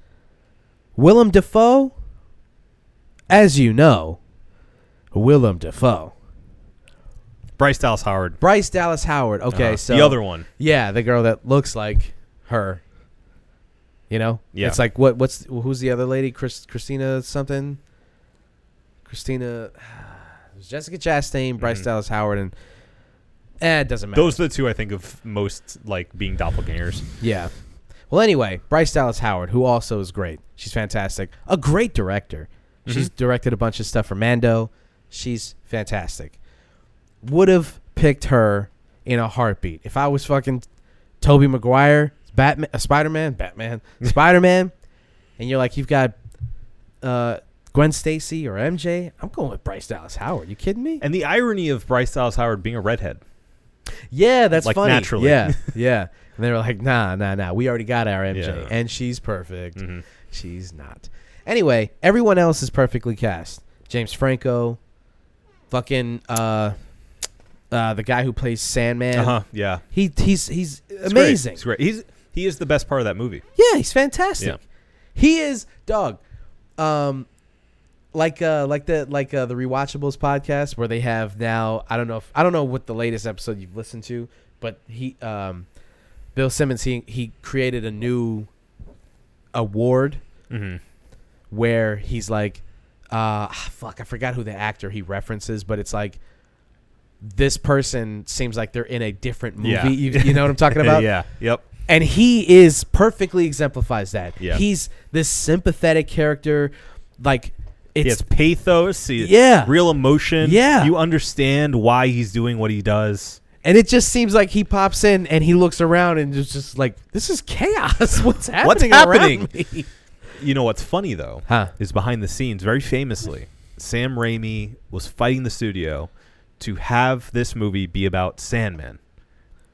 S1: Willem Dafoe, as you know, Willem Dafoe.
S2: Bryce Dallas Howard.
S1: Bryce Dallas Howard. Okay,
S2: Uh,
S1: so
S2: the other one.
S1: Yeah, the girl that looks like her. You know,
S2: Yeah.
S1: It's like what? What's who's the other lady? Chris, Christina something. Christina, it was Jessica Chastain, Bryce
S2: Mhm.
S1: Dallas Howard, and eh, it doesn't matter.
S2: Those are the two I think of most like being doppelgangers.
S1: yeah. Well, anyway, Bryce Dallas Howard, who also is great. She's fantastic. A great director. She's directed a bunch of stuff for Mando. She's fantastic. Would have picked her in a heartbeat. If I was fucking Toby Maguire, Batman, uh, Spider-Man, Batman, Spider-Man, and you're like you've got uh, Gwen Stacy or MJ, I'm going with Bryce Dallas Howard. You kidding me?
S2: And the irony of Bryce Dallas Howard being a redhead.
S1: Yeah, that's
S2: Like,
S1: funny.
S2: naturally.
S1: Yeah, yeah. And they were like, nah, nah, nah. We already got our MJ,
S2: Yeah.
S1: and she's perfect.
S2: Mhm.
S1: She's not. Anyway, everyone else is perfectly cast. James Franco, fucking uh, uh, the guy who plays Sandman.
S2: Uh huh. Yeah.
S1: He he's he's
S2: It's great.
S1: Uh-huh. amazing.
S2: It's great. He's he is the best part of that movie.
S1: Yeah, he's fantastic.
S2: Yeah.
S1: He is dog. Um like uh like the like uh the rewatchables podcast where they have now I don't know if I don't know what the latest episode you've listened to, but he um Bill Simmons he he created a new award
S2: Mm-hmm.
S1: where he's like uh ah, fuck, I forgot who the actor he references, but it's like this person seems like they're in a different movie.
S2: Yeah.
S1: You, you know what I'm talking about?
S2: Uh, yeah. Yep.
S1: and he is perfectly exemplifies that.
S2: Yeah.
S1: He's this sympathetic character, like
S2: He
S1: it's
S2: has pathos. he-
S1: Yeah.
S2: Real emotion.
S1: Yeah.
S2: You understand why he's doing what he does.
S1: and it just seems like he pops in and he looks around and is just like this is chaos. What's happening?
S2: happening?
S1: around me?"
S2: You know what's funny though
S1: Huh.
S2: is behind the scenes, very famously, Sam Raimi was fighting the studio to have this movie be about Sandman.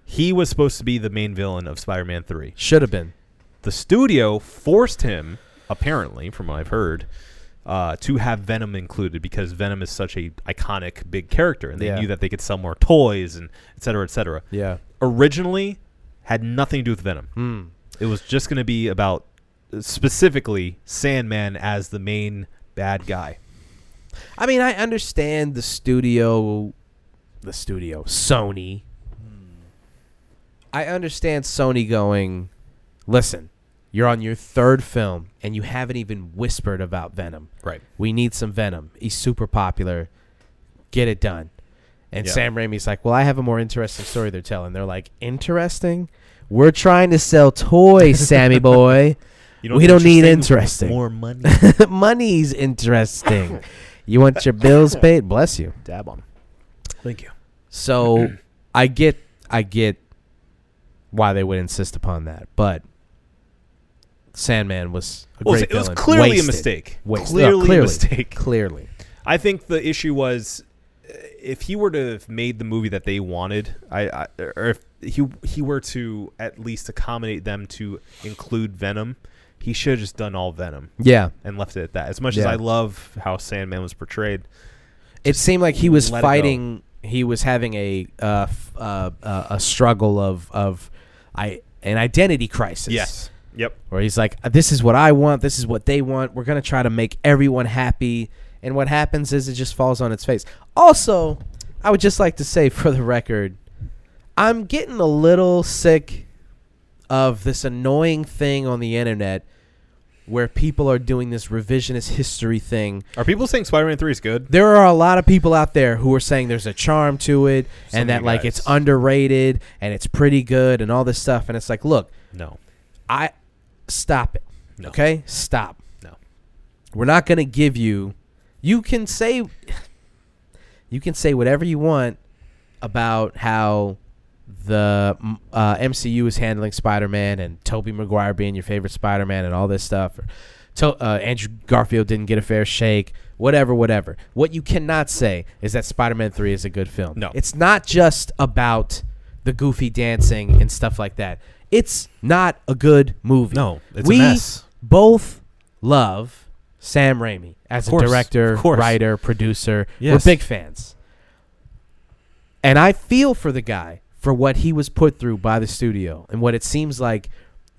S2: He was supposed to be the main villain of Spider-Man 3.
S1: Should have been.
S2: The studio forced him apparently, from what I've heard, uh, to have Venom included because Venom is such a iconic big character, and they
S1: Yeah.
S2: knew that they could sell more toys and et cetera, et cetera.
S1: Yeah.
S2: Originally, had nothing to do with Venom.
S1: Mm.
S2: It was just going to be about uh, specifically Sandman as the main bad guy.
S1: I mean, I understand the studio, the studio, Sony. I understand Sony going, listen, you're on your third film and you haven't even whispered about Venom.
S2: Right.
S1: We need some Venom. He's super popular. Get it done. And
S2: Yeah.
S1: Sam Raimi's like, well, I have a more interesting story they're telling. They're like, interesting? We're trying to sell toys, Sammy boy.
S2: You
S1: We don't need interesting.
S2: More money.
S1: Money's interesting. you want your bills paid? Bless you.
S2: Dab on. Thank you.
S1: So I get I get why they would insist upon that, but Sandman was a
S2: Well,
S1: great
S2: it was
S1: villain.
S2: clearly
S1: Wasted.
S2: a mistake.
S1: Wasted. No,
S2: Clearly,
S1: clearly.
S2: a mistake.
S1: Clearly.
S2: I think the issue was uh, if he were to have made the movie that they wanted, I, I or if he he were to at least accommodate them to include Venom, he should have just done all Venom
S1: Yeah.
S2: and left it at that. As much as
S1: Yeah.
S2: I love how Sandman was portrayed,
S1: It seemed like he was
S2: let it go.
S1: fighting he was having a uh, f- uh, uh, a struggle of of I an identity crisis.
S2: yes, yep,
S1: where he's like, "This is what I want. This is what they want. We're gonna try to make everyone happy." And what happens is it just falls on its face. Also, I would just like to say for the record, I'm getting a little sick of this annoying thing on the internet where people are doing this revisionist history thing.
S2: are people saying Spider-Man Three is good?
S1: There are a lot of people out there who are saying there's a charm to it
S2: So
S1: and that
S2: many
S1: like
S2: guys.
S1: it's underrated and it's pretty good and all this stuff and it's like, "Look,
S2: No,
S1: I stop it."
S2: no.
S1: Okay? Stop.
S2: No.
S1: We're not going to give you you can say you can say whatever you want about how the mm, uh, MCU is handling Spider-Man and Tobey Maguire being your favorite Spider-Man and all this stuff or to, uh, Andrew Garfield didn't get a fair shake, whatever whatever. What you cannot say is that Spider-Man 3 is a good film.
S2: No.
S1: It's not just about the goofy dancing and stuff like that. It's not a good movie
S2: No, it's
S1: we
S2: a mess.
S1: both love Sam Raimi as
S2: Of course,
S1: a director,
S2: of course.
S1: writer, producer.
S2: Yes.
S1: We're big fans. And I feel for the guy for what he was put through by the studio and what it seems like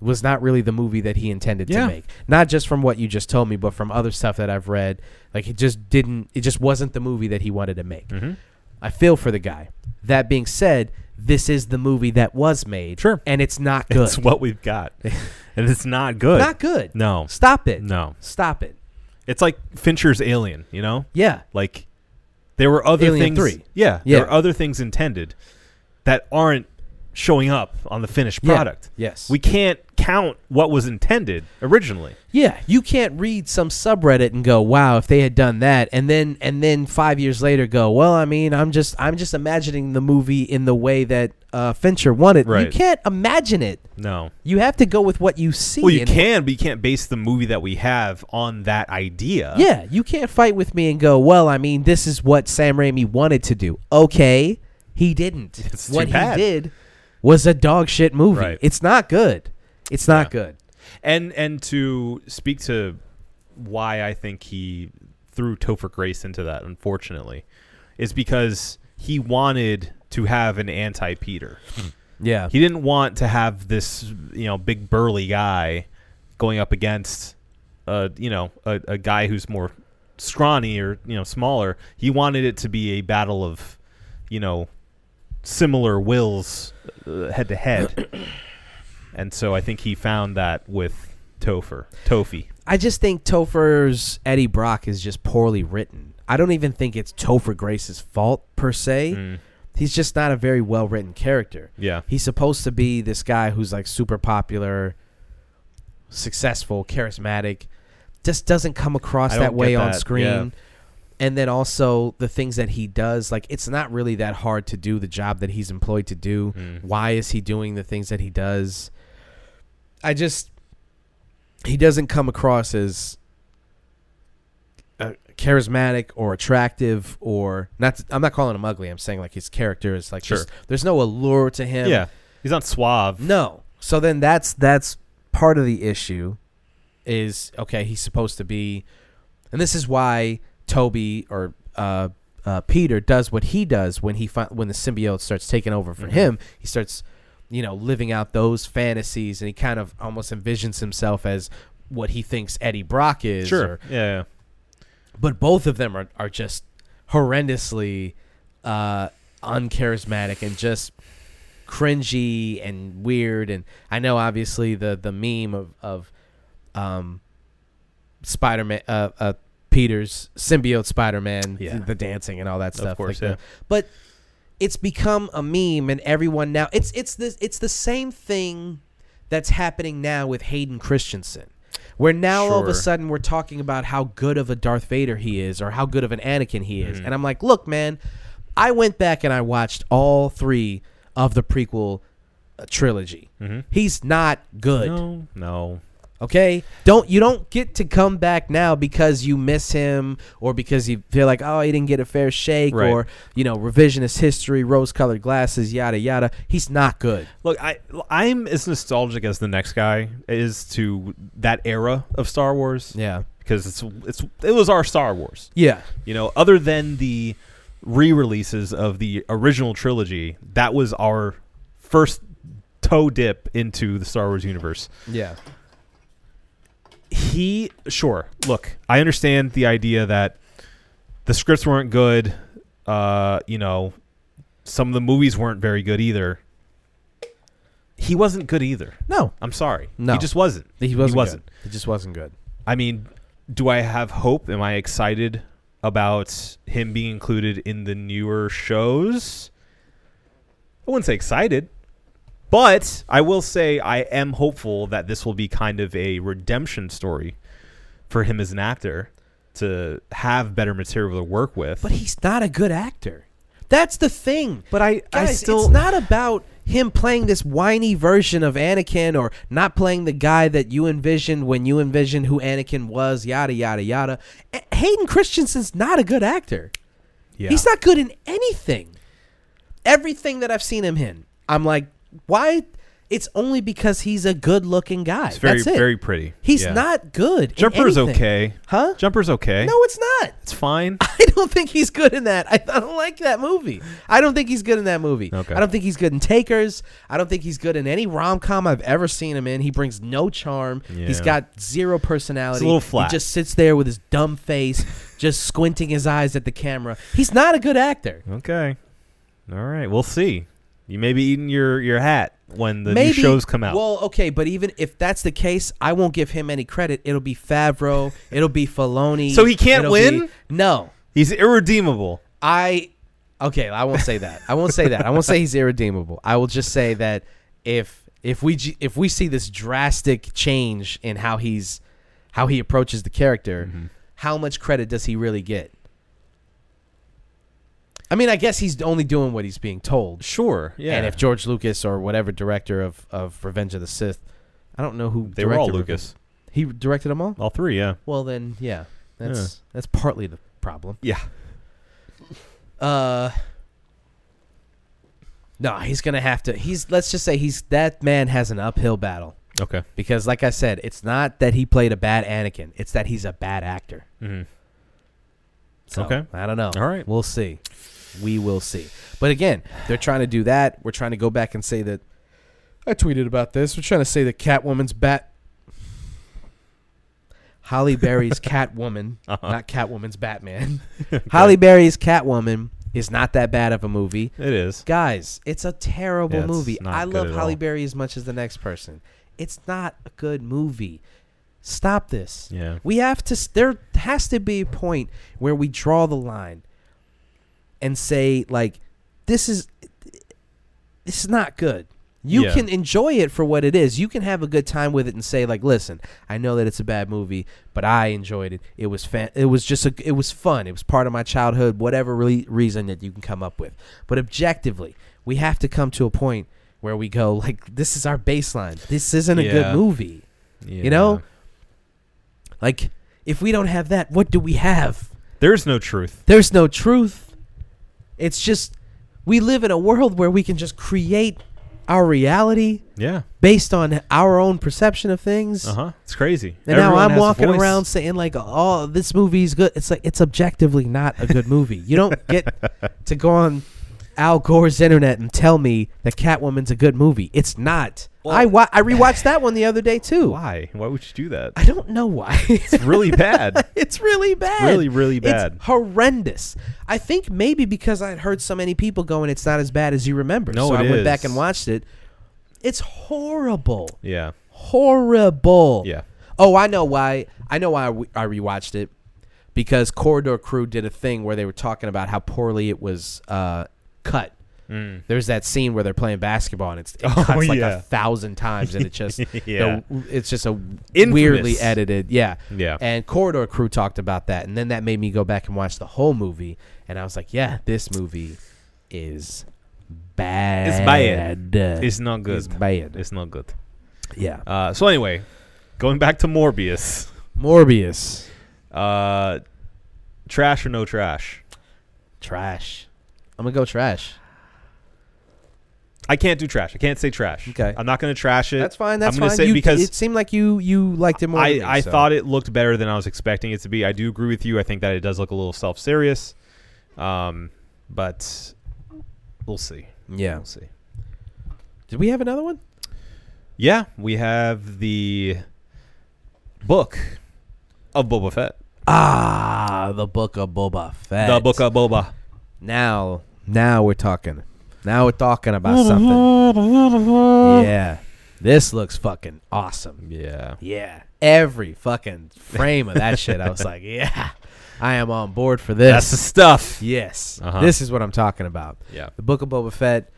S1: was not really the movie that he intended
S2: Yeah.
S1: to make. Not just from what you just told me, but from other stuff that I've read. Like it just didn't it just wasn't the movie that he wanted to make.
S2: Mhm.
S1: I feel for the guy. That being said, this is the movie that was made.
S2: Sure.
S1: And it's not good.
S2: It's what we've got, and it's not good.
S1: not good.
S2: no,
S1: Stop it.
S2: no.
S1: Stop it.
S2: It's like Fincher's Alien. You know,
S1: Yeah.
S2: Like there were other
S1: Alien
S2: things.
S1: 3.
S2: Yeah,
S1: Yeah.
S2: There were other things intended that aren't showing up on the finished
S1: Yeah.
S2: product.
S1: Yes.
S2: We can't count what was intended originally.
S1: yeah, you can't read some subreddit and go, "Wow, if they had done that." And then and then 5 years later go, "Well, I mean, I'm just I'm just imagining the movie in the way that uh, Fincher wanted." You
S2: Right.
S1: can't imagine it.
S2: No.
S1: You have to go with what you see.
S2: Well, you
S1: and-
S2: can, but you can't base the movie that we have on that idea.
S1: Yeah, you can't fight with me and go, "Well, I mean, this is what Sam Raimi wanted to do." Okay, he didn't.
S2: It's too
S1: what
S2: bad.
S1: he did was a dog shit movie.
S2: Right.
S1: It's not good. It's not
S2: Yeah.
S1: good.
S2: And and to speak to why I think he threw Topher Grace into that, unfortunately, is because he wanted to have an anti Peter.
S1: Hmm. Yeah.
S2: he didn't want to have this you know big burly guy going up against uh you know a, a guy who's more scrawny or you know smaller he wanted it to be a battle of you know similar wills uh, head to head and so i think he found that with topher tofi
S1: I just think Topher's Eddie Brock is just poorly written. I don't even think it's Topher Grace's fault per se. He's just not a very well written character.
S2: yeah
S1: He's supposed to be this guy who's like super popular, successful, charismatic, just doesn't come across
S2: I don't
S1: that way
S2: get
S1: on
S2: that,
S1: screen.
S2: yeah.
S1: And then also the things that he does, like it's not really that hard to do the job that he's employed to do.
S2: Mm.
S1: Why is he doing the things that he does? I just he doesn't come across as uh, charismatic or attractive or not. I'm not calling him ugly. I'm saying like his character is like
S2: Sure.
S1: just- there's no allure to him.
S2: yeah he's not suave
S1: No. So then that's that's part of the issue is okay. He's supposed to be, and this is why Toby or uh, uh, Peter does what he does when he fi- when the symbiote starts taking over for him. He starts, you know, living out those fantasies, and he kind of almost envisions himself as what he thinks Eddie Brock is.
S2: Sure.
S1: or-
S2: Yeah, yeah.
S1: but both of them are are just horrendously uh, uncharismatic and just cringy and weird. And I know obviously the the meme of of um, Spider Man, uh, uh, Peter's symbiote Spider Man,
S2: Yeah.
S1: the dancing and all that stuff.
S2: course,
S1: like
S2: yeah.
S1: that. But it's become a meme, and everyone now it's it's this it's the same thing that's happening now with Hayden Christensen. Where now all of a
S2: Sure.
S1: sudden we're talking about how good of a Darth Vader he is or how good of an Anakin he
S2: Mm-hmm.
S1: is. And I'm like, look, man, I went back and I watched all three of the prequel uh, trilogy. He's not good.
S2: Mm-hmm. No, no.
S1: Okay? Don't you don't get to come back now because you miss him or because you feel like oh he didn't get a fair shake
S2: Right.
S1: or you know revisionist history, rose colored glasses, yada yada. He's not good.
S2: Look, I I'm as nostalgic as the next guy is to that era of Star Wars.
S1: Yeah.
S2: Because it's it's it was our Star Wars.
S1: Yeah.
S2: You know, other than the re-releases of the original trilogy, that was our first toe dip into the Star Wars universe.
S1: Yeah.
S2: He sure. Look, I understand the idea that the scripts weren't good. Uh, you know, some of the movies weren't very good either. He wasn't good either.
S1: No.
S2: I'm sorry.
S1: No.
S2: He just wasn't.
S1: He wasn't.
S2: He wasn't.
S1: Good. He just wasn't good.
S2: I mean, do I have hope? Am I excited about him being included in the newer shows? I wouldn't say excited, but I will say I am hopeful that this will be kind of a redemption story for him as an actor to have better material to work with.
S1: But he's not a good actor. That's the thing.
S2: But I,
S1: Guys, it's not about him playing this whiny version of Anakin or not playing the guy that you envisioned when you envisioned who Anakin was, yada yada yada. A- Hayden Christensen's not a good actor.
S2: yeah.
S1: He's not good in anything. Everything that I've seen him in, I'm like, why? It's only because he's a good-looking guy.
S2: It's very
S1: That's it.
S2: very pretty.
S1: He's
S2: Yeah.
S1: not good. in
S2: Jumper's
S1: anything.
S2: okay.
S1: huh?
S2: Jumper's okay.
S1: no, it's not.
S2: it's fine.
S1: I don't think he's good in that. I, I don't like that movie. I don't think he's good in that movie.
S2: Okay.
S1: I don't think he's good in Takers. I don't think he's good in any rom com I've ever seen him in. He brings no charm. He's
S2: Yeah.
S1: got zero personality.
S2: He's a little flat.
S1: He just sits there with his dumb face, just squinting his eyes at the camera. He's not a good actor.
S2: Okay. All right. We'll see. You may be eating your, your hat when the new
S1: Maybe-
S2: shows come out.
S1: Well, okay, but even if that's the case, I won't give him any credit. It'll be Favreau. it'll be Filoni.
S2: So he can't
S1: it'll
S2: win?
S1: be- no.
S2: He's irredeemable.
S1: I okay, I won't say that. I won't say that. I won't say he's irredeemable. I will just say that if if we g- if we see this drastic change in how he's how he approaches the character,
S2: Mm-hmm.
S1: how much credit does he really get? I mean, I guess he's only doing what he's being told.
S2: Sure. Yeah.
S1: And if George Lucas or whatever director of, of Revenge of the Sith, I don't know who
S2: they were all
S1: directed Revenge-
S2: Lucas.
S1: He directed them all.
S2: All three, yeah.
S1: Well, then, yeah, that's that's partly the problem.
S2: Yeah.
S1: Uh no, he's gonna have to. He's let's just say he's that man has an uphill battle
S2: Okay.
S1: because, like I said, it's not that he played a bad Anakin; it's that he's a bad actor.
S2: Mm-hmm.
S1: So,
S2: Okay.
S1: I don't know.
S2: All right.
S1: we'll see. We will see. But again, they're trying to do that. We're trying to go back and say that. I tweeted about this. We're trying to say that Catwoman's bat. Holly Berry's Catwoman,
S2: Uh-huh.
S1: not Catwoman's Batman. Holly Berry's Catwoman is not that bad of a movie.
S2: It is.
S1: Guys, it's a terrible
S2: Yeah, it's
S1: movie.
S2: not
S1: I
S2: good
S1: love
S2: at
S1: Holly
S2: all.
S1: Berry as much as the next person. It's not a good movie. Stop this.
S2: Yeah.
S1: We have to s- there has to be a point where we draw the line and say like this is this is not good. You
S2: Yeah.
S1: can enjoy it for what it is. You can have a good time with it and say like, "Listen, I know that it's a bad movie, but I enjoyed it. It was fan- it was just a it was fun. It was part of my childhood, whatever re- reason that you can come up with." But objectively, we have to come to a point where we go like, "This is our baseline. This isn't a
S2: Yeah.
S1: good movie."
S2: Yeah.
S1: You know? Like if we don't have that, what do we have?
S2: There's no truth.
S1: There's no truth. It's just we live in a world where we can just create our reality
S2: Yeah.
S1: based on our own perception of things.
S2: Uh huh. It's crazy.
S1: And now
S2: Everyone
S1: I'm
S2: has a
S1: walking
S2: voice.
S1: around saying like, "Oh, this movie's good." It's like it's objectively not a good movie. You don't get to go on Al Gore's internet and tell me that Catwoman's a good movie. It's not.
S2: Well-
S1: I wa- I rewatched that one the other day too.
S2: Why? Why would you do that?
S1: I don't know why.
S2: It's really bad.
S1: it's really bad.
S2: really, really bad.
S1: It's horrendous. I think maybe because I'd heard so many people going, "It's not as bad as you remember."
S2: No,
S1: so I
S2: it
S1: went back
S2: is.
S1: and watched it. It's horrible.
S2: yeah.
S1: Horrible.
S2: Yeah.
S1: Oh, I know why. I know why I re- I rewatched it because Corridor Crew did a thing where they were talking about how poorly it was uh, cut. There's that scene where they're playing basketball and it's it
S2: Mm. Oh,
S1: cuts like
S2: yeah.
S1: a thousand times and it just
S2: Yeah.
S1: the- it's just a
S2: Infamous.
S1: weirdly edited yeah
S2: Yeah.
S1: and Corridor Crew talked about that and then that made me go back and watch the whole movie and I was like yeah this movie is bad
S2: bad. It's not good.
S1: It's bad
S2: It's not good.
S1: yeah
S2: Uh, so anyway, going back to Morbius.
S1: Morbius
S2: Uh, trash or no trash?
S1: Trash. I'm gonna go trash.
S2: I can't do trash. I can't say trash.
S1: Okay.
S2: I'm not going to trash it.
S1: That's fine. That's
S2: I'm gonna
S1: fine.
S2: say
S1: You-
S2: because
S1: it seemed like you you liked it more.
S2: I,
S1: than me,
S2: I
S1: so.
S2: thought it looked better than I was expecting it to be. I do agree with you. I think that it does look a little self serious. Um, but we'll see.
S1: Yeah.
S2: We'll see.
S1: Did we have another one?
S2: Yeah, we have the book of Boba Fett.
S1: Ah, the book of Boba Fett.
S2: The book of Boba.
S1: Now, now we're talking. Now we're talking about something. Yeah. This looks fucking awesome.
S2: Yeah.
S1: Yeah. Every fucking frame of that shit, I was like, yeah, I am on board for this.
S2: That's the stuff.
S1: Yes.
S2: Uh-huh.
S1: This is what I'm talking about.
S2: Yeah.
S1: The Book of Boba Fett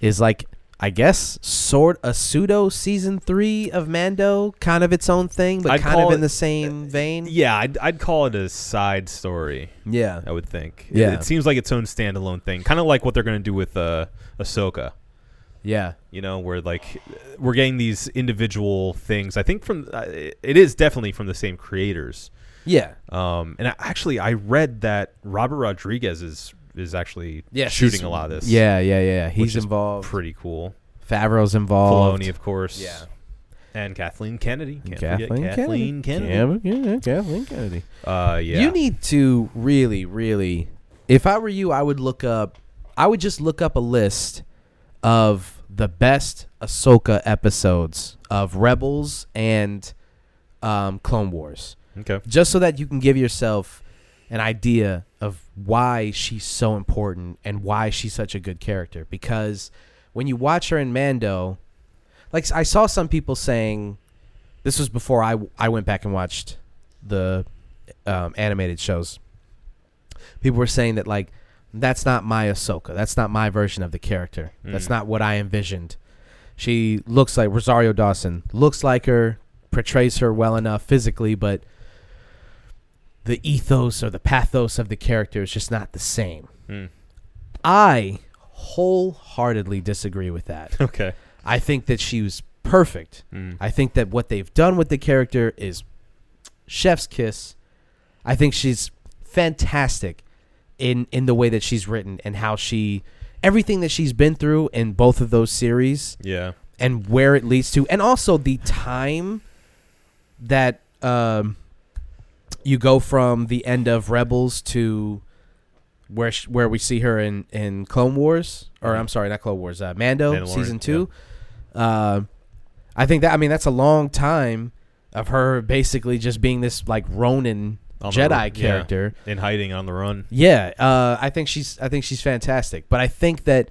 S1: is like, I guess, sort a pseudo season three of Mando, kind of its own thing, but
S2: I'd
S1: kind
S2: call
S1: of in
S2: it-
S1: the
S2: uh,
S1: same vein.
S2: Yeah, I'd, I'd call it a side story.
S1: Yeah.
S2: I would think. It-
S1: Yeah.
S2: It, seems like its own standalone thing, kind of like what they're going to do with uh, Ahsoka.
S1: Yeah.
S2: You know, where like we're getting these individual things. I think from uh, it is definitely from the same creators.
S1: Yeah.
S2: Um, and I, actually, I read that Robert Rodriguez is is actually
S1: Yeah,
S2: shooting
S1: she's-
S2: a lot of this.
S1: Yeah. Yeah. Yeah.
S2: which
S1: He's
S2: is
S1: involved.
S2: Pretty cool.
S1: Favreau's involved.
S2: Filoni, of course.
S1: Yeah.
S2: And Kathleen Kennedy. Can't forget
S1: Kathleen,
S2: Kathleen Kennedy.
S1: Yeah, yeah, Kathleen Kennedy.
S2: Uh, yeah.
S1: You need to really, really. If I were you, I would look up. I would just look up a list of the best Ahsoka episodes of Rebels and um, Clone Wars,
S2: okay.
S1: just so that you can give yourself an idea of why she's so important and why she's such a good character. Because when you watch her in Mando, like I saw some people saying, this was before I I went back and watched the um, animated shows. People were saying that like that's not my Ahsoka. That's not my version of the character. That's
S2: Mm.
S1: not what I envisioned. She looks like Rosario Dawson. Looks like her. Portrays her well enough physically, but the ethos or the pathos of the character is just not the same.
S2: Mm.
S1: I wholeheartedly disagree with that.
S2: Okay.
S1: I think that she was perfect.
S2: Mm.
S1: I think that what they've done with the character is chef's kiss. I think she's fantastic in in the way that she's written and how she everything that she's been through in both of those series
S2: Yeah.
S1: and where it leads to and also the time that um you go from the end of Rebels to where sh- where we see her in in Clone Wars or I'm sorry, not Clone Wars, uh, Mando
S2: Mm-hmm. Mandalorian,
S1: season 2. Uh, I think that I mean that's a long time of her basically just being this like Ronin
S2: On the ro- yeah.
S1: Jedi character.
S2: In hiding on the run.
S1: Yeah, uh, I think she's I think she's fantastic. But I think that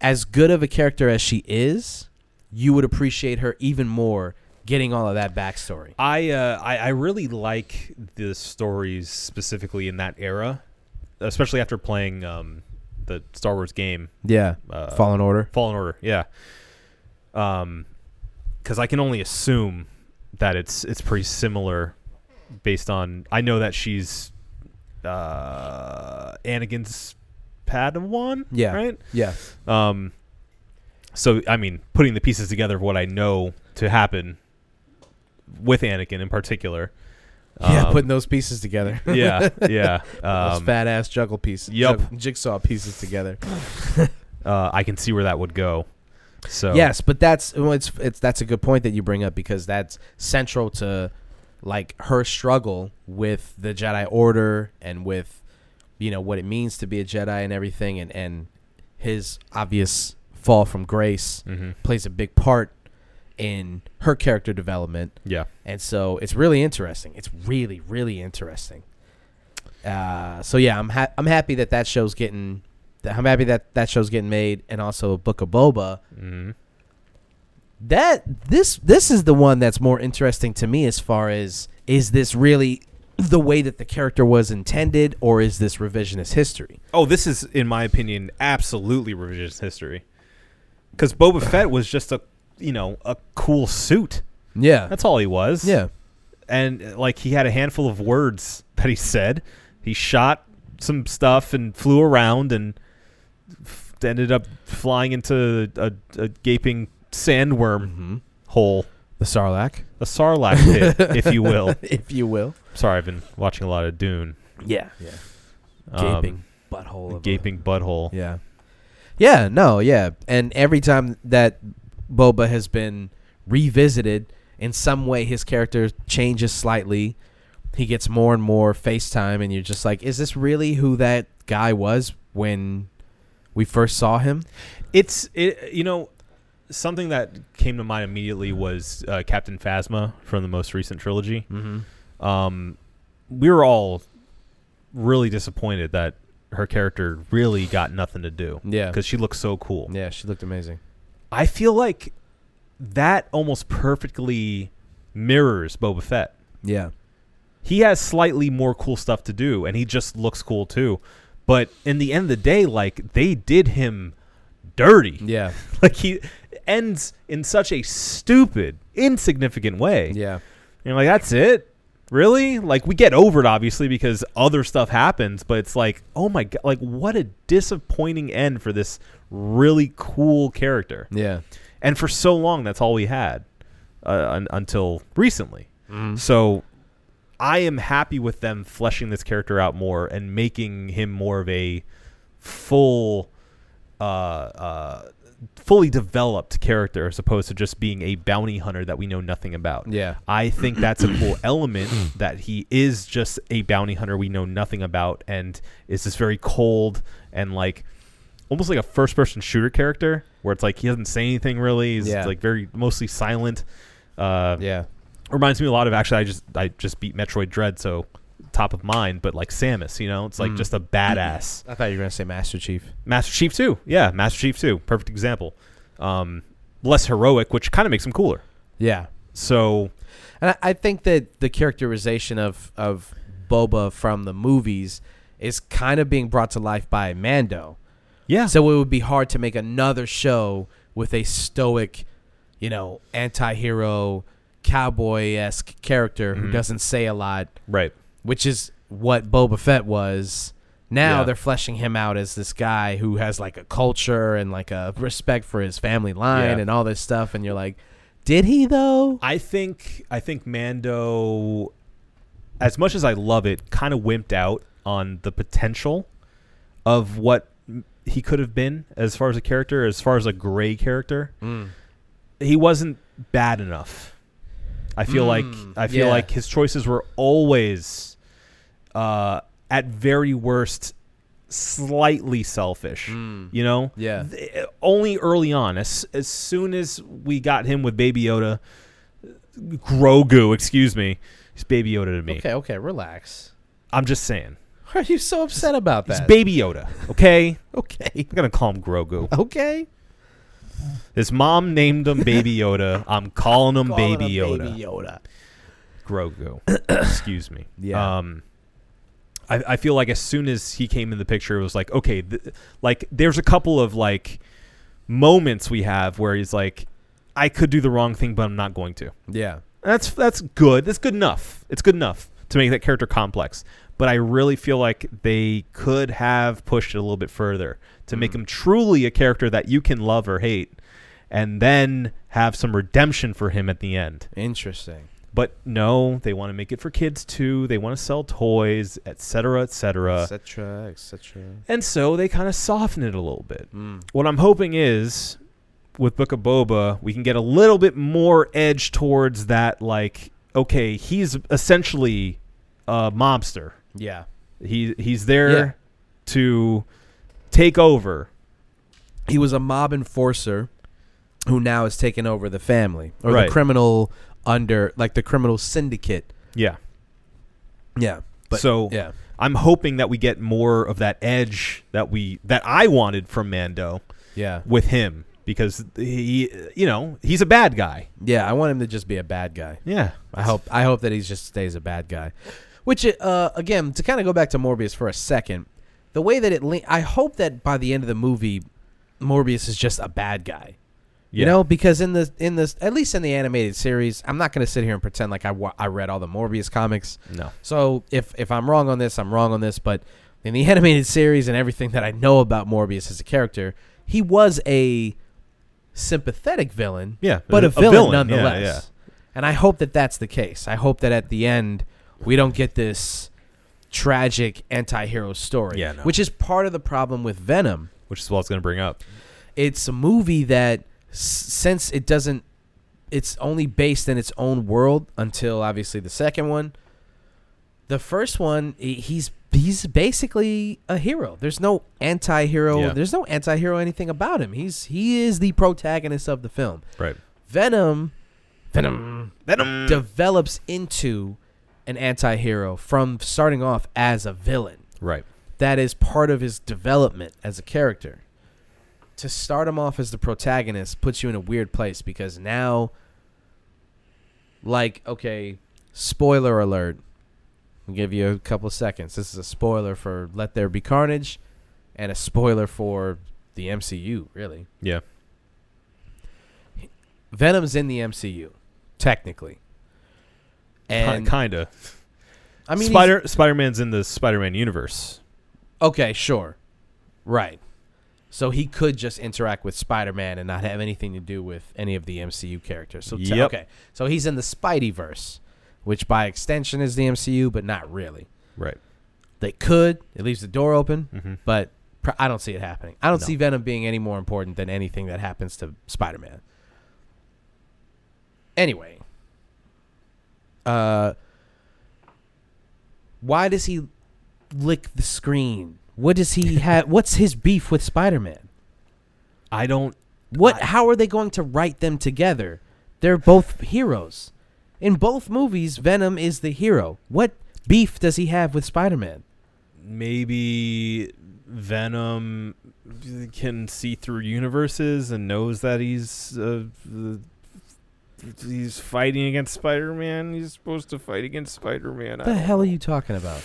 S1: as good of a character as she is, you would appreciate her even more getting all of that backstory.
S2: I, uh, I I really like the stories specifically in that era, especially after playing um, the Star Wars game
S1: Yeah,
S2: uh,
S1: Fallen Order.
S2: Fallen Order. Yeah. Um, because I can only assume that it's it's pretty similar, based on I know that she's uh Anakin's Padawan.
S1: Yeah.
S2: Right.
S1: Yeah,
S2: Um, so I mean, putting the pieces together of what I know to happen with Anakin in particular.
S1: yeah,
S2: um,
S1: putting those pieces together,
S2: yeah, yeah.
S1: those
S2: Um,
S1: fat ass juggle pieces,
S2: yup.
S1: jug- jigsaw pieces together.
S2: uh, I can see where that would go. So
S1: Yes, but that's well, it's it's that's a good point that you bring up because that's central to like her struggle with the Jedi Order and with you know what it means to be a Jedi and everything and and his obvious fall from grace
S2: Mhm.
S1: plays a big part in her character development
S2: yeah.
S1: and so it's really interesting. It's really really interesting. Uh, so yeah, I'm ha- I'm happy that that show's getting. that I'm happy that that show's getting made, and also Book of Boba
S2: Mhm.
S1: that this this is the one that's more interesting to me as far as is this really the way that the character was intended or is this revisionist history
S2: Oh, this is, in my opinion, absolutely revisionist history. Because Boba Fett was just a, you know, a cool suit.
S1: yeah
S2: That's all he was.
S1: yeah
S2: And uh, like he had a handful of words that he said. He shot some stuff and flew around and f- ended up flying into a, a gaping sandworm
S1: mm-hmm.
S2: hole,
S1: the sarlacc
S2: a sarlacc pit, if you will.
S1: if you will
S2: Sorry, I've been watching a lot of Dune.
S1: yeah yeah
S2: Um,
S1: gaping butthole of a-
S2: gaping butthole.
S1: yeah yeah no yeah and every time that boba has been revisited in some way his character changes slightly he gets more and more FaceTime, and you're just like, is this really who that guy was when we first saw him?
S2: It's it, you know something that came to mind immediately was uh, Captain Phasma from the most recent trilogy.
S1: Mm-hmm.
S2: Um, we were all really disappointed that her character really got nothing to do
S1: Yeah,
S2: because she looks so cool.
S1: yeah, she looked amazing.
S2: I feel like that almost perfectly mirrors Boba Fett.
S1: Yeah,
S2: He has slightly more cool stuff to do, and he just looks cool too. But in the end of the day, like they did him dirty.
S1: yeah,
S2: like he ends in such a stupid, insignificant way.
S1: yeah,
S2: You're like, that's it? Really? Like we get over it obviously because other stuff happens, but it's like, oh my god, like what a disappointing end for this really cool character.
S1: yeah.
S2: And for so long that's all we had uh, un- until recently. So I am happy with them fleshing this character out more and making him more of a full, uh, uh, fully developed character as opposed to just being a bounty hunter that we know nothing about.
S1: Yeah.
S2: I think that's a cool element that he is just a bounty hunter we know nothing about and is this very cold and like almost like a first person shooter character where it's like he doesn't say anything really. He's
S1: Yeah.
S2: like very mostly silent. Uh,
S1: Yeah.
S2: reminds me a lot of actually I just I just beat Metroid Dread so top of mind but like Samus you know it's like
S1: Mm.
S2: just a badass
S1: I thought you were gonna say Master Chief.
S2: Master Chief 2 yeah Master Chief 2 perfect example um less heroic which kind of makes him cooler
S1: Yeah,
S2: so
S1: and I, I think that the characterization of of Boba from the movies is kind of being brought to life by Mando.
S2: yeah
S1: So it would be hard to make another show with a stoic, you know, anti-hero, cowboy-esque character who
S2: Mhm.
S1: doesn't say a lot,
S2: right
S1: which is what Boba Fett was. Now
S2: Yeah.
S1: they're fleshing him out as this guy who has like a culture and like a respect for his family line
S2: Yeah.
S1: and all this stuff, and you're like, did he though?
S2: I think I think Mando as much as I love it kind of wimped out on the potential of what m- he could have been as far as a character as far as a gray character
S1: Mm.
S2: he wasn't bad enough. I feel
S1: Mm,
S2: like I feel
S1: yeah.
S2: like his choices were always, uh, at very worst, slightly selfish.
S1: Mm.
S2: You know,
S1: Yeah.
S2: Th- only early on, as as soon as we got him with Baby Yoda, Grogu, excuse me, he's Baby Yoda to me.
S1: Okay, okay, relax.
S2: I'm just saying,
S1: Why are you so upset about
S2: he's
S1: that?
S2: Baby Yoda. Okay,
S1: okay,
S2: I'm gonna call him Grogu.
S1: okay.
S2: His mom named him Baby Yoda. I'm calling him
S1: Calling
S2: Baby
S1: him
S2: Yoda.
S1: Baby Yoda.
S2: Grogu. Excuse me.
S1: Yeah.
S2: Um, I, I feel like as soon as he came in the picture, it was like, okay, th- like there's a couple of like moments we have where he's like, I could do the wrong thing, but I'm not going to.
S1: Yeah.
S2: That's that's good. That's good enough. It's good enough to make that character complex. But I really feel like they could have pushed it a little bit further to make him truly a character that you can love or hate, and then have some redemption for him at the end.
S1: Interesting.
S2: But no, they want to make it for kids too. They want to sell toys, etc., cetera,
S1: Uh,
S2: etc. Cetera.
S1: Etc. Etc.
S2: And so they kind of soften it a little bit.
S1: Mm.
S2: What I'm hoping is with Book of Boba, we can get a little bit more edge towards that. Like, okay, he's essentially a mobster.
S1: Yeah.
S2: He he's there
S1: Yeah.
S2: to take over.
S1: He was a mob enforcer who now has taken over the family or
S2: Right.
S1: the criminal under like the criminal syndicate.
S2: Yeah.
S1: Yeah. But
S2: so
S1: yeah.
S2: I'm hoping that we get more of that edge that we that I wanted from Mando
S1: Yeah.
S2: with him because he you know he's a bad guy.
S1: Yeah, I want him to just be a bad guy.
S2: Yeah,
S1: I hope I hope that he just stays a bad guy. Which uh, again, to kind of go back to Morbius for a second, the way that it le- I hope that by the end of the movie Morbius is just a bad guy. You
S2: Yeah.
S1: know, because in the in this at least in the animated series, I'm not going to sit here and pretend like I wa- I read all the Morbius comics.
S2: No.
S1: So if if I'm wrong on this, I'm wrong on this. But in the animated series and everything that I know about Morbius as a character, he was a sympathetic villain.
S2: Yeah,
S1: but a,
S2: a
S1: villain,
S2: villain, yeah,
S1: nonetheless.
S2: yeah.
S1: And I hope that that's the case. I hope that at the end we don't get this tragic anti-hero story,
S2: Yeah, no.
S1: which is part of the problem with Venom
S2: Which is what I was going to bring up.
S1: it's a movie that s- since it doesn't it's only based in its own world until obviously the second one the first one i- he's he's basically a hero there's no anti-hero
S2: Yeah.
S1: there's no anti-hero anything about him he's he is the protagonist of the film
S2: Right.
S1: venom venom
S2: Venom.
S1: develops into an anti-hero from starting off as a villain
S2: Right.
S1: that is part of his development as a character. To start him off as the protagonist puts you in a weird place because now, like, okay, spoiler alert. I'll give you a couple seconds. This is a spoiler for Let There Be Carnage and a spoiler for the MCU, really.
S2: Yeah.
S1: Venom's in the MCU, technically. And
S2: kind of.
S1: I mean, he's-
S2: Spider Spider Man's in the Spider Man universe.
S1: Okay, sure. Right. So he could just interact with Spider-Man and not have anything to do with any of the MCU characters. So te-
S2: Yep.
S1: okay. So he's in the Spideyverse, which by extension is the MCU, but not really.
S2: Right.
S1: They could. It leaves the door open,
S2: Mhm.
S1: but pr- I don't see it happening. I don't
S2: No.
S1: see Venom being any more important than anything that happens to Spider-Man. Anyway, uh, why does he lick the screen? What does he have? What's his beef with Spider-Man?
S2: I don't.
S1: What? how are they going to write them together? They're both heroes. In both movies, Venom is the hero. What beef does he have with Spider-Man?
S2: Maybe Venom can see through universes and knows that he's uh, the- he's fighting against Spider Man. He's supposed to fight against Spider Man.
S1: What the hell are you talking about?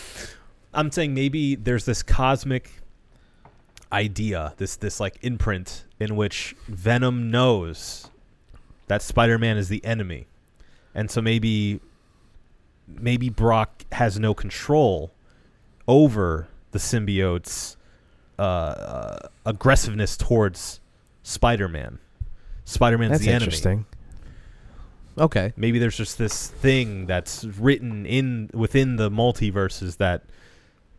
S2: I'm saying maybe there's this cosmic idea, this this like imprint in which Venom knows that Spider-Man is the enemy. And so maybe maybe Brock has no control over the symbiote's uh, uh, aggressiveness towards Spider-Man. Spider-Man's
S1: That's
S2: the enemy.
S1: interesting. Okay.
S2: Maybe there's just this thing that's written in within the multiverses that,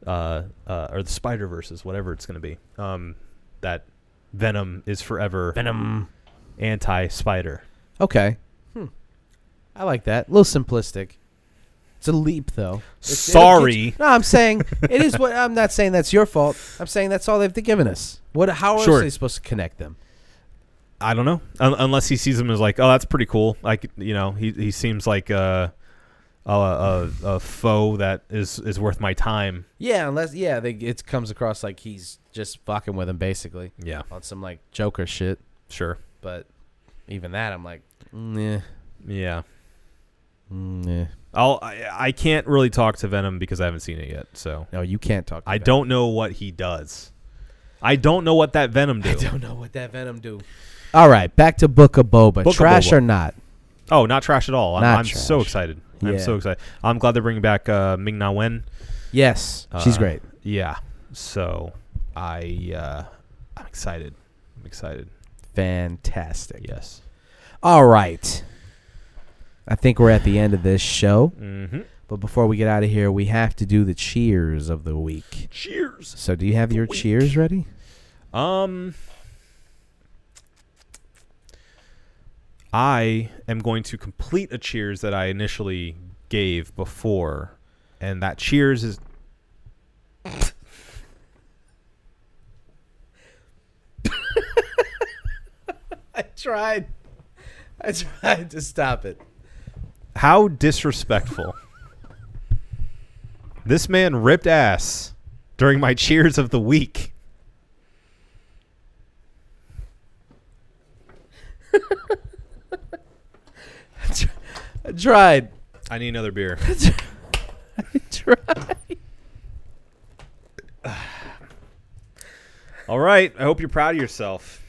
S2: uh, uh, or the Spider Verses, whatever it's going to be, um, that Venom is forever
S1: Venom.
S2: anti Spider.
S1: Okay. Hmm. I like that. A little simplistic. It's a leap, though. It's- it'll
S2: Sorry.
S1: get you- no, I'm saying it is what I'm not saying that's your fault. I'm saying that's all they've given us. What? How else
S2: Sure.
S1: are they supposed to connect them?
S2: I don't know. Un- unless he sees him as like, oh, that's pretty cool. Like, you know, he he seems like a a, a, a foe that is is worth my time.
S1: Yeah, unless yeah, they, it comes across like he's just fucking with him basically
S2: Yeah,
S1: on some like Joker shit.
S2: sure.
S1: But even that, I'm like, mm, nah,
S2: Yeah.
S1: nah.
S2: I'll, I I can't really talk to Venom because I haven't seen it yet. So
S1: No, you can't talk. to
S2: I
S1: Venom.
S2: don't know what he does. I don't know what that Venom
S1: I
S2: do.
S1: don't know what that venom do. All right, back to Book of Boba.
S2: Book of
S1: Trash
S2: Boba.
S1: or not?
S2: Oh, not trash at all. I'm,
S1: Not
S2: I'm so
S1: trash.
S2: excited.
S1: Yeah.
S2: I'm so excited. I'm glad they're bringing back uh, Ming Na Wen.
S1: Yes, she's
S2: Uh,
S1: great.
S2: Yeah. So I uh, I'm excited. I'm excited.
S1: Fantastic.
S2: Yes.
S1: All right. I think we're at the end of this show,
S2: Mm-hmm.
S1: but before we get out of here, we have to do the cheers of the week.
S2: Cheers.
S1: So, do you have your
S2: week.
S1: cheers ready?
S2: Um. I am going to complete a cheers that I initially gave before, and that cheers is
S1: I tried. I tried to stop it.
S2: how disrespectful. this man ripped ass during my cheers of the week.
S1: I tried.
S2: I need another beer.
S1: I tried.
S2: All right. I hope you're proud of yourself.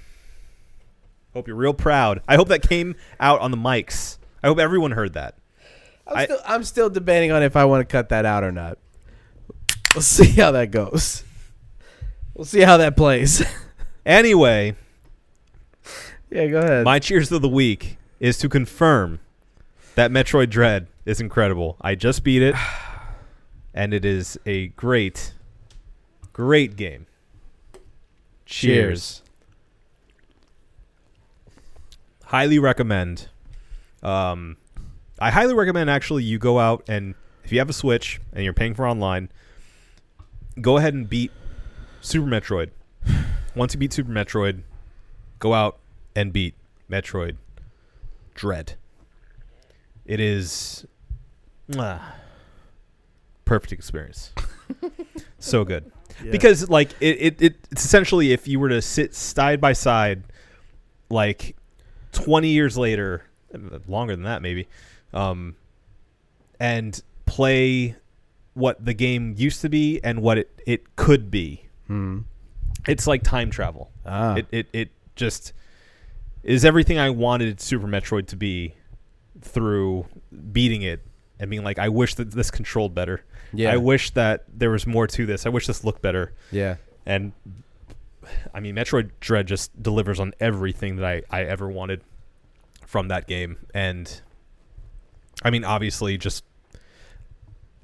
S2: Hope you're real proud. I hope that came out on the mics. I hope everyone heard that.
S1: I'm,
S2: I-
S1: still, I'm still debating on if I want to cut that out or not. We'll see how that goes. We'll see how that plays.
S2: Anyway,
S1: yeah, go ahead.
S2: my cheers of the week is to confirm that Metroid Dread is incredible. I just beat it, and it is a great, great game. Cheers. Highly recommend. Um, I highly recommend actually you go out and if you have a Switch and you're paying for online, go ahead and beat Super Metroid. Once you beat Super Metroid, go out and beat Metroid Dread. It is ah, perfect experience. so good.
S1: Yeah.
S2: Because like it, it, it it's essentially if you were to sit side by side like 20 years later, uh, longer than that maybe, um and play what the game used to be and what it, it could be.
S1: Hmm.
S2: It's like time travel.
S1: Ah.
S2: It, it it just is everything I wanted Super Metroid to be through beating it and being like, I wish that this controlled better.
S1: Yeah.
S2: I wish that there was more to this. I wish this looked better.
S1: yeah.
S2: And I mean, Metroid Dread just delivers on everything that I, I ever wanted from that game. And I mean, obviously, just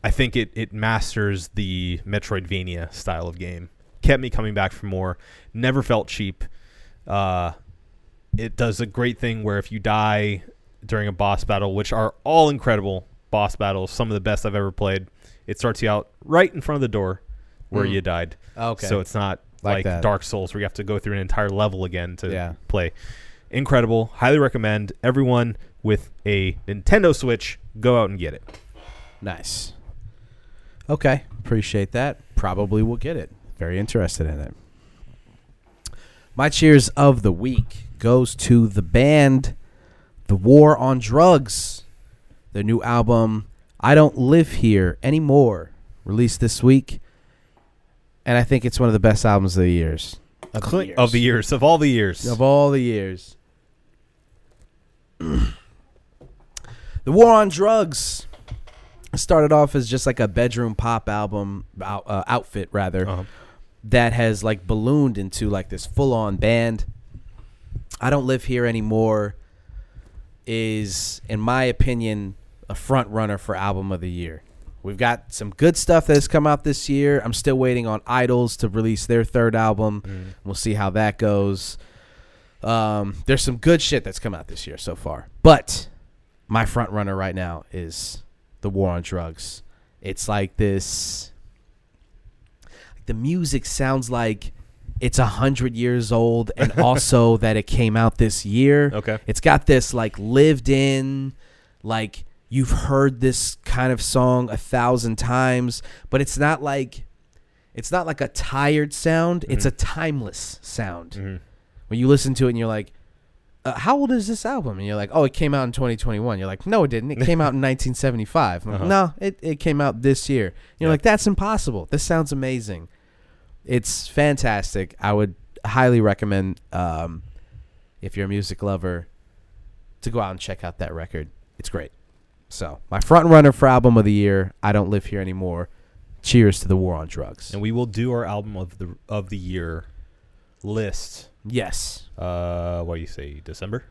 S2: I think it, it masters the Metroidvania style of game. Kept me coming back for more. Never felt cheap. Uh, it does a great thing where if you die during a boss battle, which are all incredible boss battles, some of the best I've ever played, it starts you out right in front of the door where
S1: Mm.
S2: you died.
S1: Okay.
S2: So it's not
S1: Like
S2: like,
S1: that.
S2: Dark Souls where you have to go through an entire level again to
S1: Yeah.
S2: play. Incredible. Highly recommend everyone with a Nintendo Switch go out and get it.
S1: Nice. Okay, appreciate that. Probably will get it. Very interested in it. My cheers of the week goes to the band The War on Drugs. Their new album, I Don't Live Here Anymore, released this week. And I think it's one of the best albums of the years. Of
S2: Of the years, of all the years.
S1: of all the years. the War on Drugs started off as just like a bedroom pop album out, uh, outfit rather
S2: Uh-huh.
S1: that has like ballooned into like this full on band. I don't live here anymore is in my opinion a front runner for album of the year. We've got some good stuff that has come out this year. I'm still waiting on Idols to release their third album. We'll see how that goes. Um, there's some good shit that's come out this year so far, but my front runner right now is the War on Drugs. It's like this. The music sounds like it's a hundred years old, and also that it came out this year.
S2: Okay.
S1: It's got this like lived in, like you've heard this kind of song a thousand times, but it's not like it's not like a tired sound. It's a timeless sound.
S2: Mm-hmm.
S1: When you listen to it and you're like, uh, how old is this album? And you're like, oh, it came out in 2021. You're like, no, it didn't. It came out in 1975. I'm like,
S2: Uh-huh.
S1: No, it, it came out this year. And you're
S2: Yeah.
S1: like, that's impossible. This sounds amazing. It's fantastic. I would highly recommend um, if you're a music lover to go out and check out that record. It's great. So my front runner for album of the year, I Don't Live Here Anymore. Cheers to the war on drugs.
S2: And we will do our album of the of the year list.
S1: Yes.
S2: Uh, what do you say? December,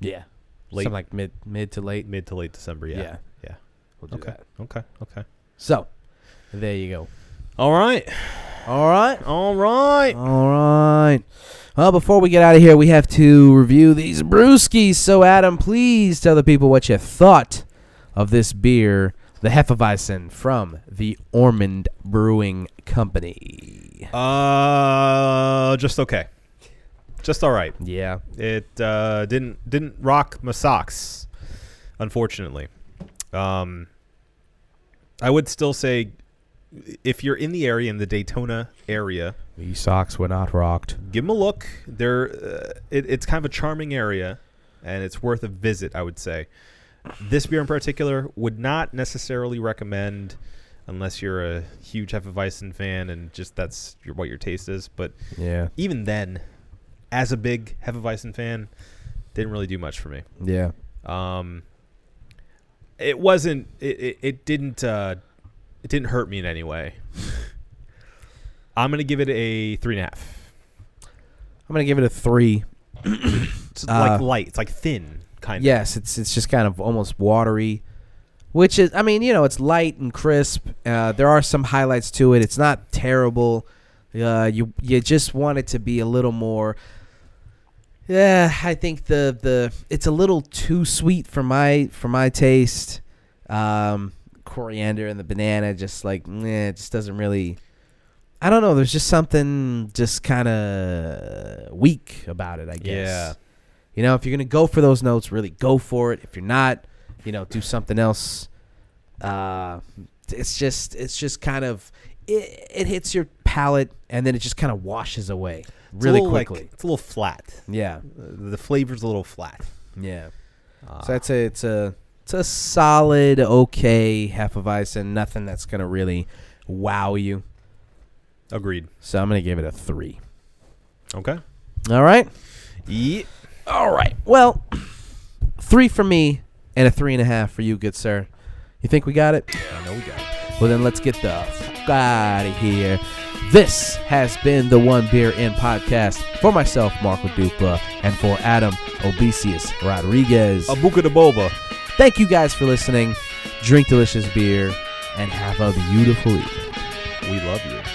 S1: Yeah.
S2: Late-
S1: Something like mid mid to late.
S2: mid to late December. Yeah.
S1: Yeah.
S2: Yeah.
S1: We'll do
S2: Okay.
S1: that.
S2: Okay. Okay.
S1: So there you go.
S2: All right.
S1: All right.
S2: All right.
S1: All right. Well, before we get out of here, we have to review these brewskis. So, Adam, please tell the people what you thought of this beer, the Hefeweizen from the Ormond Brewing Company.
S2: Uh, just okay. Just all right.
S1: Yeah.
S2: It uh, didn't didn't rock my socks, unfortunately. Um, I would still say, if you're in the area in the Daytona area,
S1: These socks were not rocked.
S2: give them a look. They're uh, it, it's kind of a charming area, and it's worth a visit. I would say. This beer in particular would not necessarily recommend, unless you're a huge Hefeweizen fan and just that's your, what your taste is. But
S1: Yeah.
S2: even then, as a big Hefeweizen fan, didn't really do much for me.
S1: Yeah.
S2: Um, it wasn't. It, it, it didn't. Uh, it didn't hurt me in any way. I'm gonna give it a three and a half.
S1: I'm going to give it a three.
S2: It's
S1: Uh,
S2: like light. It's like thin kind of.
S1: Yes, it's it's just kind of almost watery, which is I mean you know it's light and crisp. Uh, there are some highlights to it. It's not terrible. Uh, you you just want it to be a little more. Yeah, I think the the it's a little too sweet for my for my taste. Um, coriander and the banana just like meh, it just doesn't really. I don't know. There's just something just kind of weak about it. I guess.
S2: Yeah.
S1: You know, if you're gonna go for those notes, really go for it. If you're not, you know, do something else. Uh, it's just, it's just kind of, it, it hits your palate and then it just kind of washes away
S2: It's a
S1: really
S2: little, like,
S1: quickly.
S2: it's a little flat.
S1: yeah,
S2: Uh, The flavor's a little flat.
S1: yeah.
S2: Uh,
S1: So I'd say it's a, it's a solid, okay half of ice and nothing that's gonna really wow you.
S2: agreed.
S1: So I'm gonna give it a three.
S2: Okay.
S1: All right.
S2: Yeah.
S1: All right. Well, three for me and a three and a half for you, good sir. You think we got it?
S2: I know we got. it.
S1: Well, then let's get the fuck out of here. This has been the One Beer In podcast for myself, Marco Dupa, and for Adam Obesius Rodriguez.
S2: A buca de boba.
S1: Thank you guys for listening. Drink delicious beer and have a beautiful evening.
S2: We love you.